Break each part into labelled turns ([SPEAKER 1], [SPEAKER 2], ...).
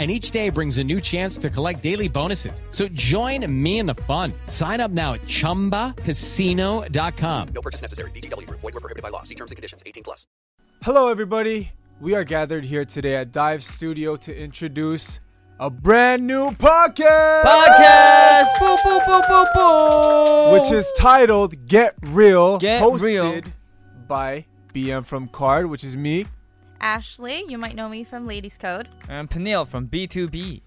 [SPEAKER 1] and each day brings a new chance to collect daily bonuses. So join me in the fun. Sign up now at ChumbaCasino.com.
[SPEAKER 2] No purchase necessary. VGW Group. Void were prohibited by law. See terms and conditions. 18 plus.
[SPEAKER 3] Hello, everybody. We are gathered here today at Dive Studio to introduce a brand new podcast,
[SPEAKER 4] Podcast! Boo, boo, boo, boo, boo!
[SPEAKER 3] which is titled "Get Real,"
[SPEAKER 4] Get
[SPEAKER 3] hosted
[SPEAKER 4] Real.
[SPEAKER 3] by BM from Card, which is me.
[SPEAKER 5] Ashley. You might know me from Ladies Code.
[SPEAKER 4] And Peniel from B2B.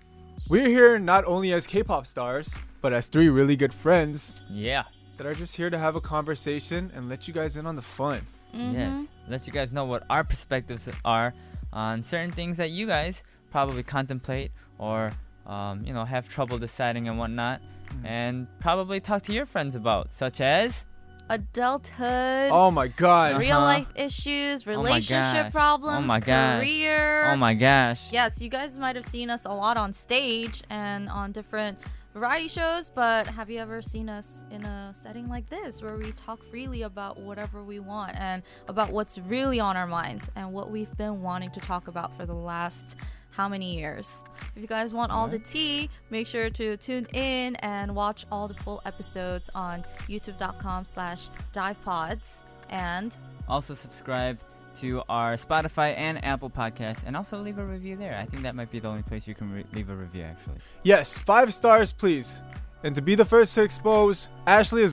[SPEAKER 3] We're here not only as K-pop stars, but as three really good friends
[SPEAKER 4] Yeah.
[SPEAKER 3] that are just here to have a conversation and let you guys in on the fun.
[SPEAKER 4] Yes. Let you guys know what our perspectives are on certain things that you guys probably contemplate or, um, you know, have trouble deciding and whatnot.
[SPEAKER 3] Hmm.
[SPEAKER 4] And probably talk to your friends about, such as.
[SPEAKER 5] Adulthood,
[SPEAKER 3] Oh my God!
[SPEAKER 5] real
[SPEAKER 4] uh-huh.
[SPEAKER 5] life issues,
[SPEAKER 4] Oh my
[SPEAKER 5] relationship
[SPEAKER 4] gosh.
[SPEAKER 5] problems,
[SPEAKER 4] Oh my gosh.
[SPEAKER 5] career.
[SPEAKER 4] Oh my gosh.
[SPEAKER 5] Yes, you guys might have seen us a lot on stage and on different variety shows, but have you ever seen us in a setting like this where we talk freely about whatever we want and about what's really on our minds and what we've been wanting to talk about for the last how many years? If you guys want all the tea, make sure to tune in and watch all the full episodes on youtube.com slash divepods and
[SPEAKER 4] Also, subscribe to our Spotify and Apple podcasts and also leave a review there. I think that might be the only place you can re- leave a review, actually.
[SPEAKER 3] Yes, five stars, please. And to be the first to expose, Ashley is.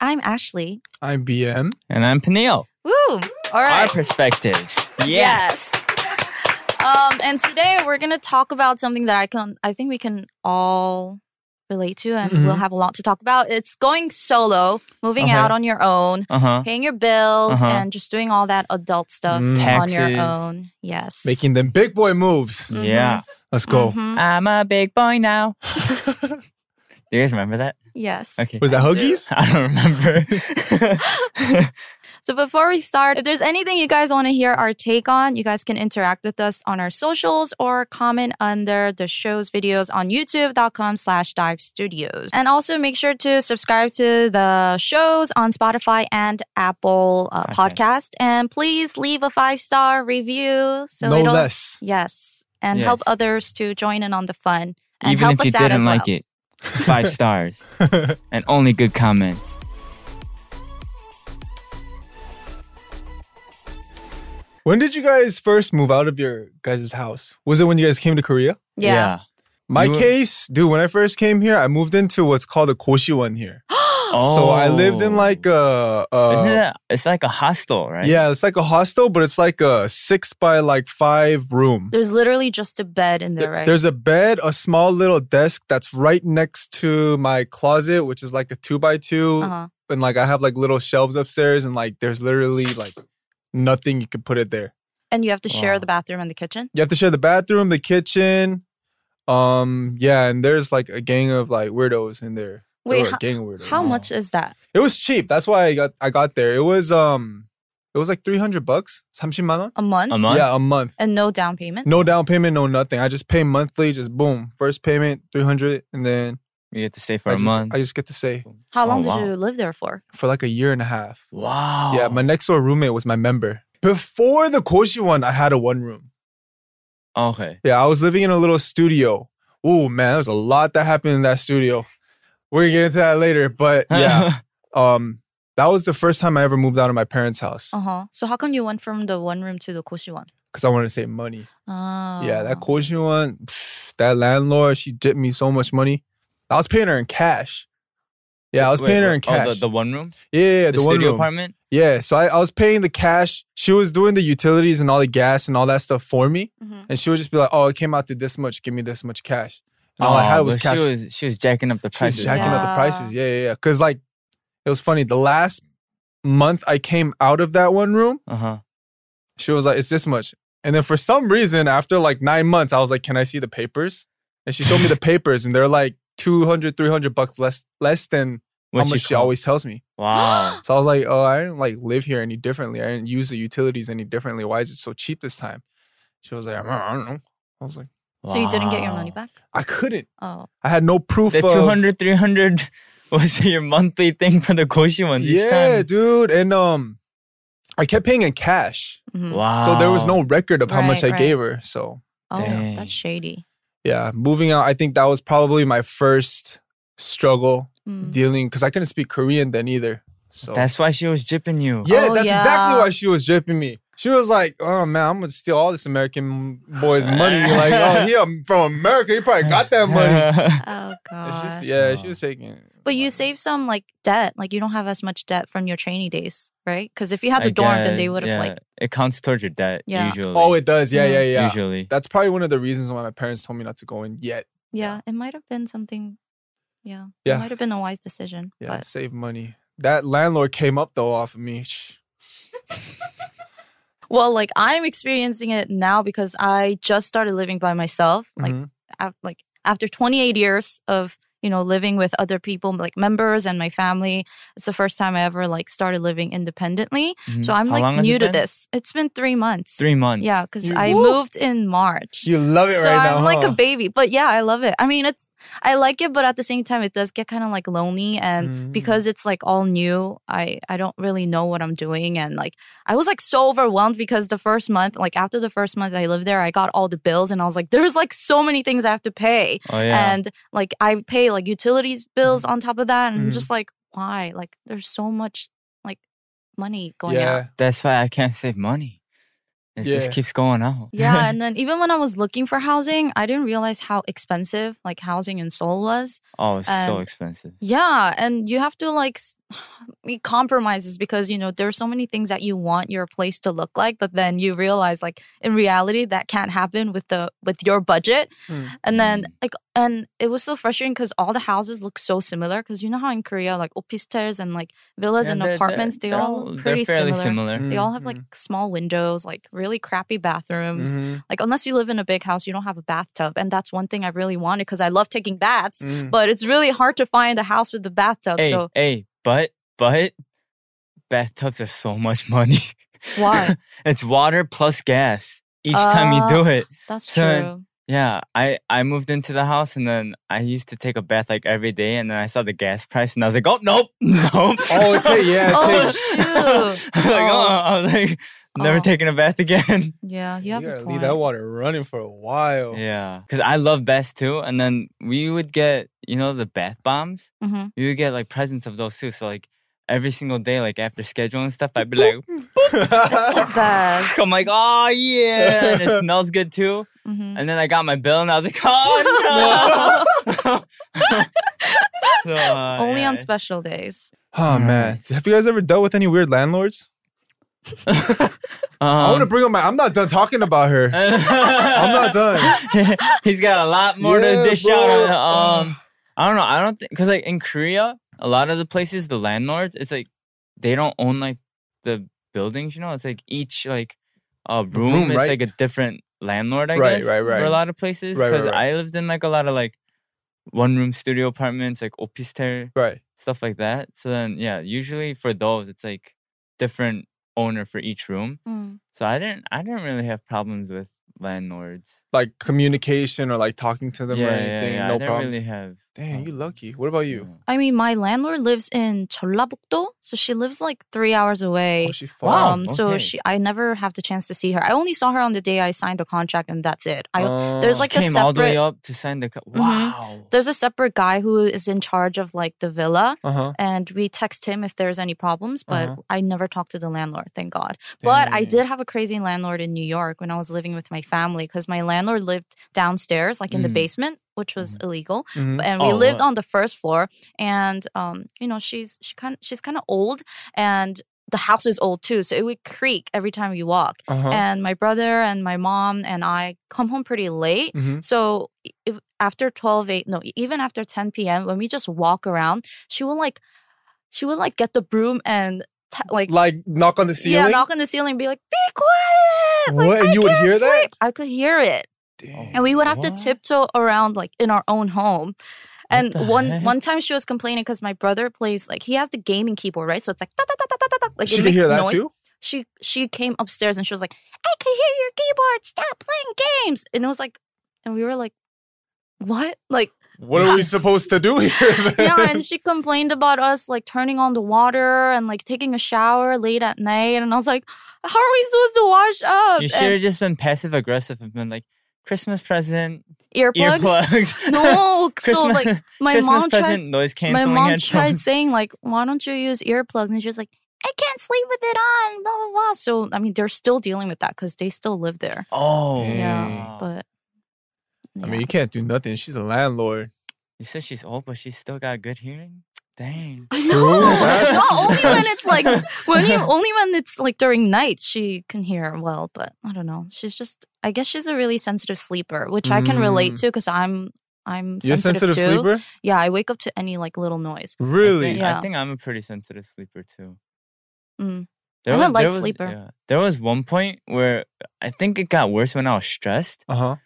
[SPEAKER 5] I'm Ashley.
[SPEAKER 3] I'm BM.
[SPEAKER 4] And I'm Peniel.
[SPEAKER 5] Woo! All right.
[SPEAKER 4] Our perspectives.
[SPEAKER 5] Yes. Um, and today we're gonna talk about something that I can I think we can all relate to and we'll have a lot to talk about. It's going solo, moving
[SPEAKER 4] Mm-hmm. Okay.
[SPEAKER 5] out on your own,
[SPEAKER 4] Uh huh.
[SPEAKER 5] paying your bills,
[SPEAKER 4] Uh-huh.
[SPEAKER 5] and just doing all that adult stuff
[SPEAKER 3] Mm.
[SPEAKER 5] on
[SPEAKER 4] Taxes.
[SPEAKER 5] your own. Yes.
[SPEAKER 3] Making them big boy moves.
[SPEAKER 5] Mm-hmm.
[SPEAKER 4] Yeah.
[SPEAKER 3] Let's go.
[SPEAKER 5] Mhm.
[SPEAKER 4] I'm a big boy now. Do you guys remember that?
[SPEAKER 5] Yes.
[SPEAKER 4] Okay.
[SPEAKER 3] Was that Huggies?
[SPEAKER 4] I don't remember.
[SPEAKER 5] So before we start, if there's anything you guys want to hear our take on, you guys can interact with us on our socials or comment under the show's videos on youtube.com slash dive studios. And also make sure to subscribe to the shows on Spotify and Apple uh,
[SPEAKER 4] Podcast.
[SPEAKER 5] podcast. And please leave a five star review. So
[SPEAKER 3] no
[SPEAKER 5] it'll-
[SPEAKER 3] less.
[SPEAKER 5] Yes. And help
[SPEAKER 4] Yes.
[SPEAKER 5] others to join in on the fun and
[SPEAKER 4] Even
[SPEAKER 5] help
[SPEAKER 4] if you
[SPEAKER 5] us out
[SPEAKER 4] didn't
[SPEAKER 5] as well.
[SPEAKER 4] like it, five stars and only good comments.
[SPEAKER 3] When did you guys first move out of your guys' house? Was it when you guys came to Korea?
[SPEAKER 5] Yeah.
[SPEAKER 3] My
[SPEAKER 4] You were-
[SPEAKER 3] case, dude, when I first came here, I moved into what's called a Koshiwan here.
[SPEAKER 4] Oh.
[SPEAKER 3] So I lived in like a, a
[SPEAKER 4] Isn't that? It's like a hostel, right?
[SPEAKER 3] yeah, it's like a hostel, but it's like a six by like five room.
[SPEAKER 5] There's literally just a bed in there, right?
[SPEAKER 3] There's a bed, a small little desk that's right next to my closet, which is like a two by 2
[SPEAKER 5] uh-huh.
[SPEAKER 3] and like I have like little shelves upstairs, and like there's literally like nothing you could put it there.
[SPEAKER 5] And you have to share
[SPEAKER 4] Wow.
[SPEAKER 5] the bathroom and the kitchen.
[SPEAKER 3] You have to share the bathroom, the kitchen. Um, yeah, and there's like a gang of like weirdos in there. There
[SPEAKER 5] Wait,
[SPEAKER 3] were a
[SPEAKER 5] ho-
[SPEAKER 3] gang of weirdos.
[SPEAKER 5] How
[SPEAKER 4] Wow.
[SPEAKER 5] much is that?
[SPEAKER 3] It was cheap. That's why I got I got there. It was um, it was like three hundred bucks. 30 won?
[SPEAKER 5] A month?
[SPEAKER 4] A month.
[SPEAKER 3] Yeah, a month.
[SPEAKER 5] and no down payment?
[SPEAKER 3] No down payment, no nothing. I just pay monthly. Just boom, first payment three hundred, and then
[SPEAKER 4] You get to stay for
[SPEAKER 3] I
[SPEAKER 4] a
[SPEAKER 3] just,
[SPEAKER 4] month.
[SPEAKER 3] I just get to say
[SPEAKER 5] How long
[SPEAKER 4] Oh,
[SPEAKER 5] did
[SPEAKER 4] wow.
[SPEAKER 5] you live there for?
[SPEAKER 3] for like a year and a half.
[SPEAKER 4] wow.
[SPEAKER 3] Yeah, my next door roommate was my member. Before the Koshi one, I had a one room.
[SPEAKER 4] Okay.
[SPEAKER 3] Yeah, I was living in a little studio. Ooh, man, there was a lot that happened in that studio. We're gonna get into that later, but yeah, um, that was the first time I ever moved out of my parents' house
[SPEAKER 5] Uh huh. So how come you went from the one room to the koshi one?
[SPEAKER 3] because I wanted to save money.
[SPEAKER 5] Oh.
[SPEAKER 3] Yeah, that Koshi one, pff, that landlord, she dipped me so much money. I was paying her in cash. Yeah, I was
[SPEAKER 4] Wait,
[SPEAKER 3] paying her
[SPEAKER 4] wait.
[SPEAKER 3] in cash.
[SPEAKER 4] Oh, the, the one room.
[SPEAKER 3] yeah, yeah, yeah, the,
[SPEAKER 4] the,
[SPEAKER 3] one
[SPEAKER 4] studio
[SPEAKER 3] room.
[SPEAKER 4] apartment.
[SPEAKER 3] Yeah, so I, I was paying the cash. She was doing the utilities and all the gas and all that stuff for me.
[SPEAKER 5] Mhm.
[SPEAKER 3] And she would just be like, oh, it came out to this much. Give me this much cash. And all I
[SPEAKER 4] Oh,
[SPEAKER 3] had was
[SPEAKER 4] but
[SPEAKER 3] cash.
[SPEAKER 4] She was, she was jacking up the
[SPEAKER 3] She was
[SPEAKER 4] prices.
[SPEAKER 3] jacking up the
[SPEAKER 5] Yeah.
[SPEAKER 3] prices. Yeah, yeah, yeah. Because, like, it was funny. The last month I came out of that one room,
[SPEAKER 4] Uh huh.
[SPEAKER 3] she was like, it's this much. And then for some reason, after like nine months, I was like, "Can I see the papers?" And she showed me the papers, and they're like 200, 300 bucks less less than
[SPEAKER 4] What
[SPEAKER 3] how much she
[SPEAKER 4] called-
[SPEAKER 3] always tells me.
[SPEAKER 4] Wow.
[SPEAKER 3] So I was like, "Oh, I didn't like live here any differently. I didn't use the utilities any differently. Why is it so cheap this time?" She was like, "I don't- "I don't know." I was like,
[SPEAKER 5] So you didn't get your
[SPEAKER 4] Wow.
[SPEAKER 5] money back?
[SPEAKER 3] "I couldn't.
[SPEAKER 5] Oh.
[SPEAKER 3] I had no proof."
[SPEAKER 4] The
[SPEAKER 3] of,
[SPEAKER 4] 200, 300 was your monthly thing for the Koshi one this
[SPEAKER 3] Yeah,
[SPEAKER 4] time.
[SPEAKER 3] dude. And um, I kept paying in cash,
[SPEAKER 5] mhm.
[SPEAKER 4] Wow.
[SPEAKER 3] so there was no record of how much I
[SPEAKER 5] Right, right.
[SPEAKER 3] gave her. So
[SPEAKER 5] Oh,
[SPEAKER 4] Dang.
[SPEAKER 5] that's shady.
[SPEAKER 3] yeah, moving out, I think that was probably my first struggle
[SPEAKER 5] Mm.
[SPEAKER 3] dealing because I couldn't speak Korean then either. So
[SPEAKER 4] That's why she was jipping you.
[SPEAKER 3] yeah,
[SPEAKER 5] Oh,
[SPEAKER 3] that's
[SPEAKER 5] yeah.
[SPEAKER 3] exactly why she was jipping me. She was like, "Oh man, I'm gonna steal all this American boy's money. like, oh, he um, from America, he probably got that money."
[SPEAKER 5] Oh
[SPEAKER 3] It's
[SPEAKER 5] god.
[SPEAKER 3] just, yeah, she was taking. it.
[SPEAKER 5] But you save some like debt. Like you don't have as much debt from your trainee days, right? Because if you had the
[SPEAKER 4] I
[SPEAKER 5] dorm, then they
[SPEAKER 4] guess,
[SPEAKER 5] would have
[SPEAKER 4] yeah.
[SPEAKER 5] like
[SPEAKER 4] It counts towards your debt,
[SPEAKER 5] Yeah.
[SPEAKER 4] usually.
[SPEAKER 3] Oh, it does. Yeah, yeah, yeah.
[SPEAKER 4] Usually.
[SPEAKER 3] That's probably one of the reasons why my parents told me not to go in yet.
[SPEAKER 5] yeah, it might have been something. Yeah,
[SPEAKER 3] Yeah.
[SPEAKER 5] it might have been a wise decision.
[SPEAKER 3] Yeah, save money. That landlord came up though off of me.
[SPEAKER 5] But well, like I'm experiencing it now because I just started living by myself. Like
[SPEAKER 3] Mhm.
[SPEAKER 5] af- like after 28 years of you know living with other people, like members and my family, it's the first time I ever like started living independently. So
[SPEAKER 4] Mhm.
[SPEAKER 5] I'm
[SPEAKER 4] How long
[SPEAKER 5] like
[SPEAKER 4] has
[SPEAKER 5] new
[SPEAKER 4] it
[SPEAKER 5] to
[SPEAKER 4] been?
[SPEAKER 5] this. It's been three months.
[SPEAKER 4] Three months.
[SPEAKER 5] Yeah, because
[SPEAKER 3] You-
[SPEAKER 5] I
[SPEAKER 3] Woo!
[SPEAKER 5] moved in March.
[SPEAKER 3] You love it
[SPEAKER 5] so
[SPEAKER 3] right now.
[SPEAKER 5] I'm like
[SPEAKER 3] huh?
[SPEAKER 5] a baby. But yeah, I love it. I mean, it's I like it, but at the same time, it does get kind of like lonely, and
[SPEAKER 3] Mm.
[SPEAKER 5] because it's like all new, I I don't really know what I'm doing, and like I was like so overwhelmed because the first month, like after the first month I lived there, I got all the bills, and I was like, there's like so many things I have to pay,
[SPEAKER 4] Oh, yeah.
[SPEAKER 5] and like I pay like utilities bills on top of that, and I'm
[SPEAKER 3] Mhm.
[SPEAKER 5] just like, why? Like there's so much like money going out.
[SPEAKER 3] yeah.
[SPEAKER 4] That's why I can't save money. It just
[SPEAKER 3] Yeah.
[SPEAKER 4] keeps going out.
[SPEAKER 5] Yeah, and then even when I was looking for housing, I didn't realize how expensive like housing in Seoul was.
[SPEAKER 4] oh, it's so
[SPEAKER 5] And-
[SPEAKER 4] expensive.
[SPEAKER 5] Yeah, and you have to like s- make compromises because you know there's so many things that you want your place to look like, but then you realize like in reality that can't happen with the with your budget.
[SPEAKER 3] Mm.
[SPEAKER 5] And then
[SPEAKER 4] Mm.
[SPEAKER 5] like and it was so frustrating because all the houses look so similar because you know how in Korea like opistas and like villas
[SPEAKER 4] Yeah,
[SPEAKER 5] and
[SPEAKER 4] they're- they're-
[SPEAKER 5] apartments they
[SPEAKER 4] they're
[SPEAKER 5] all look pretty
[SPEAKER 4] They're fairly hmm,
[SPEAKER 5] similar.
[SPEAKER 4] similar.
[SPEAKER 5] They all have
[SPEAKER 3] Mhm.
[SPEAKER 5] like small windows, like really crappy bathrooms.
[SPEAKER 3] Mhm.
[SPEAKER 5] Like unless you live in a big house, you don't have a bathtub, and that's one thing I really wanted because I love taking baths.
[SPEAKER 3] Mm.
[SPEAKER 5] But it's really hard to find a house with a bathtub.
[SPEAKER 4] Hey,
[SPEAKER 5] So
[SPEAKER 4] hey, but but bathtubs are so much money.
[SPEAKER 5] why?
[SPEAKER 4] it's water plus gas each time you
[SPEAKER 5] Oh.
[SPEAKER 4] do it.
[SPEAKER 5] That's
[SPEAKER 4] So,
[SPEAKER 5] true.
[SPEAKER 4] Yeah, I I moved into the house and then I used to take a bath like every day and then I saw the gas price and I was like, oh nope, nope.
[SPEAKER 3] Oh, it takes yeah, it
[SPEAKER 5] Oh
[SPEAKER 3] takes.
[SPEAKER 5] shoot!
[SPEAKER 4] like,
[SPEAKER 5] Oh.
[SPEAKER 4] oh. I was like, never
[SPEAKER 5] Oh.
[SPEAKER 4] taking a bath again.
[SPEAKER 5] Yeah, you
[SPEAKER 3] You,
[SPEAKER 5] have
[SPEAKER 3] gotta
[SPEAKER 5] a
[SPEAKER 3] leave
[SPEAKER 5] point.
[SPEAKER 3] that water running for a while.
[SPEAKER 4] yeah, because I love baths too. And then we would get you know the bath bombs.
[SPEAKER 5] hmm
[SPEAKER 4] we would get like presents of those too. So like every single day, like after schedule and stuff, I'd be like,
[SPEAKER 5] It's the best.
[SPEAKER 4] I'm like, oh yeah, and it smells good too.
[SPEAKER 5] Mhm.
[SPEAKER 4] And then I got my bill and I was like, oh no. So, uh,
[SPEAKER 5] Only on
[SPEAKER 4] yeah.
[SPEAKER 5] special days.
[SPEAKER 3] oh man, have you guys ever dealt with any weird landlords? I want to
[SPEAKER 4] Um,
[SPEAKER 3] bring up my. I'm not done talking about her.
[SPEAKER 4] Uh-huh.
[SPEAKER 3] I'm not done.
[SPEAKER 4] He's got a lot more
[SPEAKER 3] Yeah,
[SPEAKER 4] to dish
[SPEAKER 3] bro.
[SPEAKER 4] out. On, um, I don't know. I don't think because like in Korea, a lot of the places, the landlords, it's like they don't own like the buildings. You know, it's like each like uh, room,
[SPEAKER 3] room,
[SPEAKER 4] it's
[SPEAKER 3] right?
[SPEAKER 4] like a different landlord. I
[SPEAKER 3] Right,
[SPEAKER 4] guess
[SPEAKER 3] right,
[SPEAKER 4] for
[SPEAKER 3] right.
[SPEAKER 4] a lot of places.
[SPEAKER 3] Right, right,
[SPEAKER 4] Because
[SPEAKER 3] right.
[SPEAKER 4] I lived in like a lot of like one room studio apartments, like opister
[SPEAKER 3] Right.
[SPEAKER 4] stuff like that. So then yeah, usually for those, it's like different owner for each room.
[SPEAKER 5] Mm.
[SPEAKER 4] So I didn't I didn't really have problems with landlords.
[SPEAKER 3] Like communication or like talking to them
[SPEAKER 4] yeah,
[SPEAKER 3] or
[SPEAKER 4] yeah,
[SPEAKER 3] anything.
[SPEAKER 4] yeah. I
[SPEAKER 3] No
[SPEAKER 4] didn't
[SPEAKER 3] problems.
[SPEAKER 4] really have.
[SPEAKER 3] Dang, you lucky. What about you?
[SPEAKER 5] I mean, my landlord lives in Cholabukdo, so she lives like three hours away.
[SPEAKER 3] she
[SPEAKER 4] Wow.
[SPEAKER 5] Um, so
[SPEAKER 4] okay.
[SPEAKER 5] she, I never have the chance to see her. I only saw her on the day I signed the contract, and that's it. I
[SPEAKER 3] Oh.
[SPEAKER 5] there's like a
[SPEAKER 4] came all the
[SPEAKER 5] separate
[SPEAKER 4] way up to sign the. Co-
[SPEAKER 5] Mhm.
[SPEAKER 4] Wow.
[SPEAKER 5] there's a separate guy who is in charge of like the villa
[SPEAKER 3] Uh huh.
[SPEAKER 5] and we text him if there's any problems but
[SPEAKER 3] Uh-huh.
[SPEAKER 5] i never talked to the landlord thank god but i
[SPEAKER 3] Dang.
[SPEAKER 5] did have a crazy landlord in new york when i was living with my family because my landlord lived downstairs like in the
[SPEAKER 4] Mm.
[SPEAKER 5] basement which was illegal
[SPEAKER 3] Mhm.
[SPEAKER 5] and we
[SPEAKER 4] Oh,
[SPEAKER 5] lived
[SPEAKER 4] wow.
[SPEAKER 5] on the first floor and um you know she's she kind she's kind of old and the house is old too so it would creak every time you walk
[SPEAKER 3] Uh-huh.
[SPEAKER 5] and my brother and my mom and i come home pretty late
[SPEAKER 3] Mhm.
[SPEAKER 5] so e, if, after 12, 8, no, e, even after 10 p.m., when we just walk around, she will like, she will like get the broom and t- like
[SPEAKER 3] Like knock on the ceiling.
[SPEAKER 5] yeah, knock on the ceiling and be like, "Be quiet!" Like,
[SPEAKER 3] What?
[SPEAKER 5] I
[SPEAKER 3] And you would
[SPEAKER 5] can't
[SPEAKER 3] hear that?
[SPEAKER 5] sleep. I could hear it, and we would have to tiptoe around like in our own home. And
[SPEAKER 4] the
[SPEAKER 5] one
[SPEAKER 4] heck?
[SPEAKER 5] one time she was complaining because my brother plays like he has the gaming keyboard right, so it's like da, da, da, da, da, da, da, like
[SPEAKER 3] she
[SPEAKER 5] it
[SPEAKER 3] can
[SPEAKER 5] makes
[SPEAKER 3] hear that
[SPEAKER 5] noise.
[SPEAKER 3] too.
[SPEAKER 5] She she came upstairs and she was like, "I could hear your keyboard. Stop playing games!" And it was like, and we were like, "What?" Like
[SPEAKER 3] What are we supposed to do here? then?
[SPEAKER 5] yeah, and she complained about us like turning on the water and like taking a shower late at night. And I was like, how are we supposed to wash up?
[SPEAKER 4] You
[SPEAKER 5] And
[SPEAKER 4] should have just been passive aggressive and been like, Christmas present,
[SPEAKER 5] earplugs.
[SPEAKER 4] earplugs.
[SPEAKER 5] No, so
[SPEAKER 4] Christmas,
[SPEAKER 5] like my
[SPEAKER 4] Christmas
[SPEAKER 5] mom
[SPEAKER 4] present,
[SPEAKER 5] tried.
[SPEAKER 4] noise
[SPEAKER 5] My
[SPEAKER 4] canceling
[SPEAKER 5] mom tried
[SPEAKER 4] headphones.
[SPEAKER 5] saying like, why don't you use earplugs? And she was like, I can't sleep with it on. Blah blah blah. So I mean, they're still dealing with that because they still live there.
[SPEAKER 4] Oh,
[SPEAKER 5] Yeah, but
[SPEAKER 3] I
[SPEAKER 5] yeah.
[SPEAKER 3] mean, you can't do nothing. She's a landlord.
[SPEAKER 4] You said she's old, but she's still got good hearing? Dang.
[SPEAKER 5] I know.
[SPEAKER 3] that's-
[SPEAKER 5] Not only when it's like when you only when it's like during nights she can hear well, but I don't know. She's just I guess she's a really sensitive sleeper, which I can relate
[SPEAKER 3] Mm.
[SPEAKER 5] to because I'm I'm
[SPEAKER 3] You're a
[SPEAKER 5] sensitive,
[SPEAKER 3] sensitive
[SPEAKER 5] too.
[SPEAKER 3] sleeper.
[SPEAKER 5] Yeah, I wake up to any like little noise.
[SPEAKER 3] Really?
[SPEAKER 4] I think,
[SPEAKER 5] Yeah.
[SPEAKER 4] I think I'm a pretty sensitive sleeper too.
[SPEAKER 5] Mm. I'm a light sleeper.
[SPEAKER 4] yeah. there was one point where I think it got worse when I was stressed.
[SPEAKER 3] Uh huh.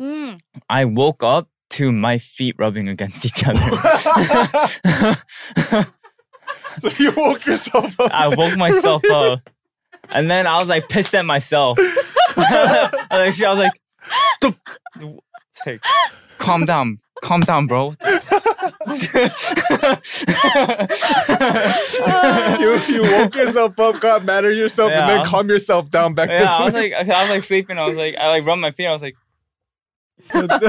[SPEAKER 5] Mm.
[SPEAKER 4] I woke up to my feet rubbing against each other.
[SPEAKER 3] So you woke yourself up.
[SPEAKER 4] I woke myself up. And then I was like pissed at myself. I was like, shit, I was like, the f- the- it's like, calm down. Calm down, bro.
[SPEAKER 3] you, you woke yourself up, got mad at yourself, and
[SPEAKER 4] Yeah.
[SPEAKER 3] then calm yourself down back
[SPEAKER 4] yeah, I
[SPEAKER 3] to
[SPEAKER 4] was
[SPEAKER 3] sleep.
[SPEAKER 4] like, I was like sleeping. I was like, I like rubbed my feet. I was like,
[SPEAKER 5] oh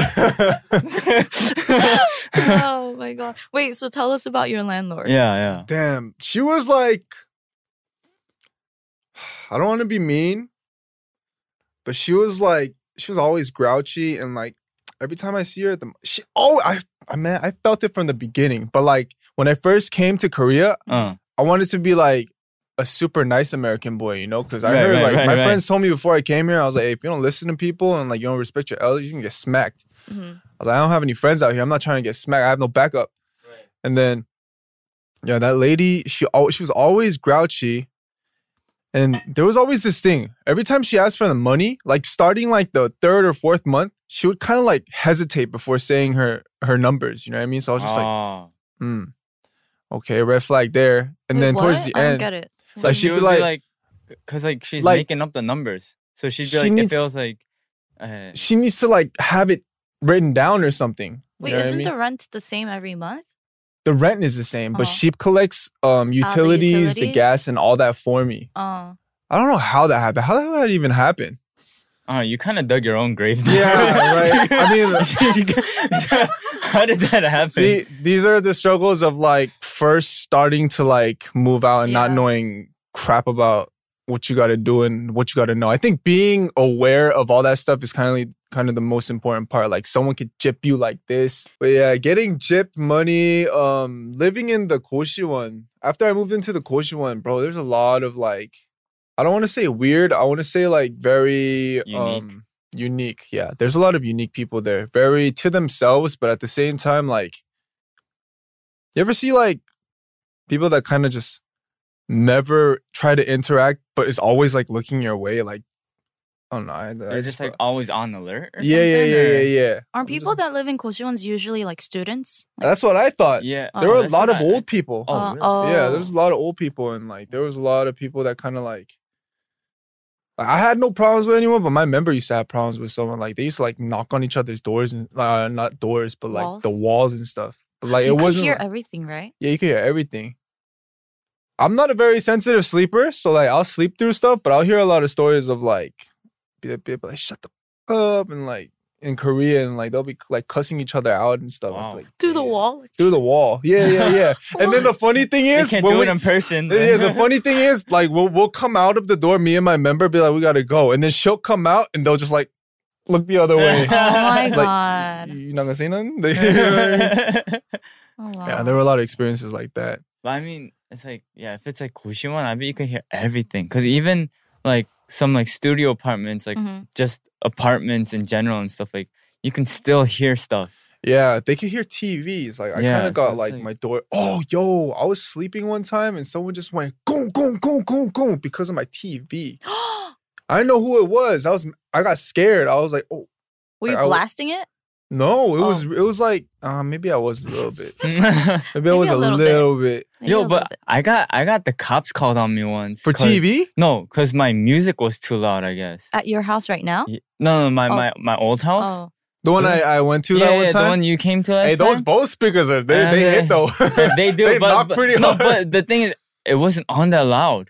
[SPEAKER 5] my god. Wait, so tell us about your landlord.
[SPEAKER 4] yeah, yeah.
[SPEAKER 3] Damn, she was like, I don't want to be mean, but she was like, she was always grouchy and like every time I see her, at the she oh I I man I felt it from the beginning, but like when I first came to Korea,
[SPEAKER 4] Uh,
[SPEAKER 3] I wanted to be like a super nice American boy, you know, because I
[SPEAKER 4] Right,
[SPEAKER 3] heard
[SPEAKER 4] right,
[SPEAKER 3] like
[SPEAKER 4] right,
[SPEAKER 3] my
[SPEAKER 4] right.
[SPEAKER 3] friends told me before I came here, I was like, hey, if you don't listen to people and like you don't respect your elders, you can get smacked. I
[SPEAKER 5] Mhm.
[SPEAKER 3] was like, I don't have any friends out here. I'm not trying to get smacked. I have no backup. And then, yeah, that lady, she al- she was always grouchy. And there was always this thing. Every time she asked for the money, like starting like the third or fourth month, she would kind of like hesitate before saying her her numbers. You know what I mean? So I was just like,
[SPEAKER 4] oh.
[SPEAKER 3] hmm, okay, red flag there. And
[SPEAKER 5] Wait,
[SPEAKER 3] then towards
[SPEAKER 5] what?
[SPEAKER 3] the
[SPEAKER 5] I
[SPEAKER 3] end,
[SPEAKER 5] don't get it.
[SPEAKER 4] so
[SPEAKER 3] like,
[SPEAKER 4] she
[SPEAKER 3] she'd be
[SPEAKER 4] would
[SPEAKER 3] like-
[SPEAKER 4] be like, because like she's
[SPEAKER 3] Like-
[SPEAKER 4] making up the numbers. So she'd be
[SPEAKER 3] She
[SPEAKER 4] like,
[SPEAKER 3] needs-
[SPEAKER 4] it feels like, uh,
[SPEAKER 3] she needs to like have it written down or something. You
[SPEAKER 5] Wait,
[SPEAKER 3] know what I
[SPEAKER 5] isn't
[SPEAKER 3] mean?
[SPEAKER 5] the rent the same every month?
[SPEAKER 3] the rent is the same, but
[SPEAKER 5] Uh-huh.
[SPEAKER 3] she collects um utilities, the
[SPEAKER 5] utilities?
[SPEAKER 3] gas, and all that for me.
[SPEAKER 5] Oh.
[SPEAKER 3] I don't know how that happened. How the hell did that even happen?
[SPEAKER 4] oh, you kind of dug your own grave. there.
[SPEAKER 3] Yeah, right. I mean,
[SPEAKER 4] How did that happen?
[SPEAKER 3] see, these are the struggles of like first starting to like move out and not
[SPEAKER 5] Yeah.
[SPEAKER 3] knowing crap about what you got to do and what you got to know. I think being aware of all that stuff is kind of kind of the most important part. Like someone could jip you like this, but yeah, getting gypped money, um, living in the Koshi one. After I moved into the Koshi one, bro, there's a lot of like, I don't want to say weird. I want to say like very
[SPEAKER 4] Unique.
[SPEAKER 3] um unique. Yeah, there's a lot of unique people there. Very to themselves, but at the same time, like, you ever see like people that kind of just never try to interact, but is always like looking your way. Like, I don't know. I, I
[SPEAKER 4] They're just like
[SPEAKER 3] felt-
[SPEAKER 4] always on alert. or
[SPEAKER 3] yeah, yeah,
[SPEAKER 4] something,
[SPEAKER 3] yeah, yeah,
[SPEAKER 4] or-
[SPEAKER 3] yeah.
[SPEAKER 5] Are
[SPEAKER 3] I'm just-
[SPEAKER 5] people that live in Koshion's usually like students? Like,
[SPEAKER 3] That's what I thought.
[SPEAKER 4] Yeah. Oh,
[SPEAKER 5] Uh,
[SPEAKER 3] there were a
[SPEAKER 4] that's
[SPEAKER 3] lot of
[SPEAKER 4] what I-
[SPEAKER 3] old people.
[SPEAKER 4] Oh,
[SPEAKER 5] uh,
[SPEAKER 4] really?
[SPEAKER 5] oh.
[SPEAKER 3] Yeah, there was a lot of old people, and like there was a lot of people that kind of like. I had no problems with anyone, but my member used to have problems with someone. Like they used to like knock on each other's doors and uh, not doors, but like
[SPEAKER 5] Walls?
[SPEAKER 3] the walls and stuff. But like
[SPEAKER 5] you
[SPEAKER 3] it
[SPEAKER 5] could
[SPEAKER 3] wasn't.
[SPEAKER 5] hear
[SPEAKER 3] like-
[SPEAKER 5] everything, right?
[SPEAKER 3] yeah, you can hear everything. I'm not a very sensitive sleeper, so like I'll sleep through stuff, but I'll hear a lot of stories of like people be like shut the f- up and like in Korea and like they'll be like cussing each other out and stuff. I'll be
[SPEAKER 4] Wow.
[SPEAKER 3] like,
[SPEAKER 5] Through the
[SPEAKER 3] "Damn."
[SPEAKER 5] wall.
[SPEAKER 3] Through the wall. Yeah, yeah, yeah. and then the funny thing
[SPEAKER 4] They
[SPEAKER 3] is
[SPEAKER 4] can't
[SPEAKER 3] when
[SPEAKER 4] do
[SPEAKER 3] we-
[SPEAKER 4] it in person.
[SPEAKER 3] yeah, the funny thing is, like, we'll, we'll come out of the door, me and my member, be like, we gotta go. And then she'll come out and they'll just, like, look the other way.
[SPEAKER 5] Oh my
[SPEAKER 3] Like,
[SPEAKER 5] god.
[SPEAKER 3] You're not gonna say nothing?
[SPEAKER 4] but
[SPEAKER 5] Oh, wow.
[SPEAKER 3] yeah, there were a lot of experiences like that.
[SPEAKER 4] I mean, it's like yeah, if it's like Kushiman, I bet you can hear everything. Cause even like some like studio apartments, like
[SPEAKER 5] Mhm.
[SPEAKER 4] just apartments in general and stuff, like you can still hear stuff.
[SPEAKER 3] Yeah, they could hear TVs. Like I
[SPEAKER 4] Yeah,
[SPEAKER 3] kind
[SPEAKER 4] so
[SPEAKER 3] of got
[SPEAKER 4] it's
[SPEAKER 3] like,
[SPEAKER 4] like-
[SPEAKER 3] my door. Oh, yo, I was sleeping one time and someone just went goom goom goom goom goom because of my TV. I didn't know who it was. I was I got scared. I was like, oh
[SPEAKER 5] Were you
[SPEAKER 3] I would-
[SPEAKER 5] blasting it?
[SPEAKER 3] no, it
[SPEAKER 5] Oh.
[SPEAKER 3] was it was like uh, maybe I was a little bit. Maybe, I
[SPEAKER 5] Maybe
[SPEAKER 3] was
[SPEAKER 5] a
[SPEAKER 3] a
[SPEAKER 5] little
[SPEAKER 3] little,
[SPEAKER 5] bit.
[SPEAKER 3] bit,
[SPEAKER 5] Maybe a
[SPEAKER 4] Yo,
[SPEAKER 5] little
[SPEAKER 4] but
[SPEAKER 5] bit.
[SPEAKER 4] I got I got the cops called on me once
[SPEAKER 3] for
[SPEAKER 4] 'cause-
[SPEAKER 3] TV.
[SPEAKER 4] No, because my music was too loud. I guess.
[SPEAKER 5] at your house right now?
[SPEAKER 4] Ye- No, no, my
[SPEAKER 5] Oh.
[SPEAKER 4] my, my old house.
[SPEAKER 5] Oh,
[SPEAKER 3] The one I, I went to
[SPEAKER 4] yeah,
[SPEAKER 3] that one
[SPEAKER 4] yeah,
[SPEAKER 3] time.
[SPEAKER 4] the one you came to last
[SPEAKER 3] hey, those
[SPEAKER 4] time?
[SPEAKER 3] Bose speakers are they,
[SPEAKER 4] Uh,
[SPEAKER 3] they
[SPEAKER 4] they-
[SPEAKER 3] hit though.
[SPEAKER 4] Yeah, they do,
[SPEAKER 3] They
[SPEAKER 4] but,
[SPEAKER 3] knock
[SPEAKER 4] but-
[SPEAKER 3] pretty
[SPEAKER 4] no,
[SPEAKER 3] hard.
[SPEAKER 4] but the thing is, it wasn't on that loud.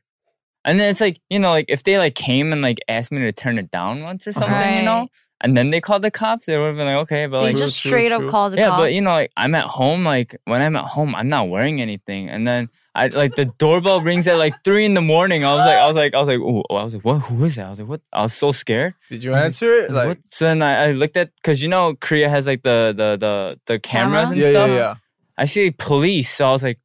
[SPEAKER 4] And then it's like you know, like if they like came and like asked me to turn it down once or something, you know,
[SPEAKER 5] Right.
[SPEAKER 4] and then they called the cops, they would have been like, okay, but
[SPEAKER 5] they
[SPEAKER 4] like
[SPEAKER 5] just
[SPEAKER 3] True,
[SPEAKER 5] straight up
[SPEAKER 3] true.
[SPEAKER 5] called the
[SPEAKER 4] yeah,
[SPEAKER 5] cops.
[SPEAKER 4] but you know, like I'm at home. Like when I'm at home, I'm not wearing anything, and then I like the doorbell rings at like three in the morning. I was like, I was like, I was like, oh, I was like, what? Who is that? I was like, what? I was so scared.
[SPEAKER 3] Did you answer it?
[SPEAKER 4] I was like,
[SPEAKER 3] Like
[SPEAKER 4] what? So then I, I looked at because you know Korea has like the the the the cameras
[SPEAKER 5] Camera?
[SPEAKER 4] and
[SPEAKER 3] yeah, yeah,
[SPEAKER 4] stuff.
[SPEAKER 3] yeah.
[SPEAKER 4] I see police. So I was like,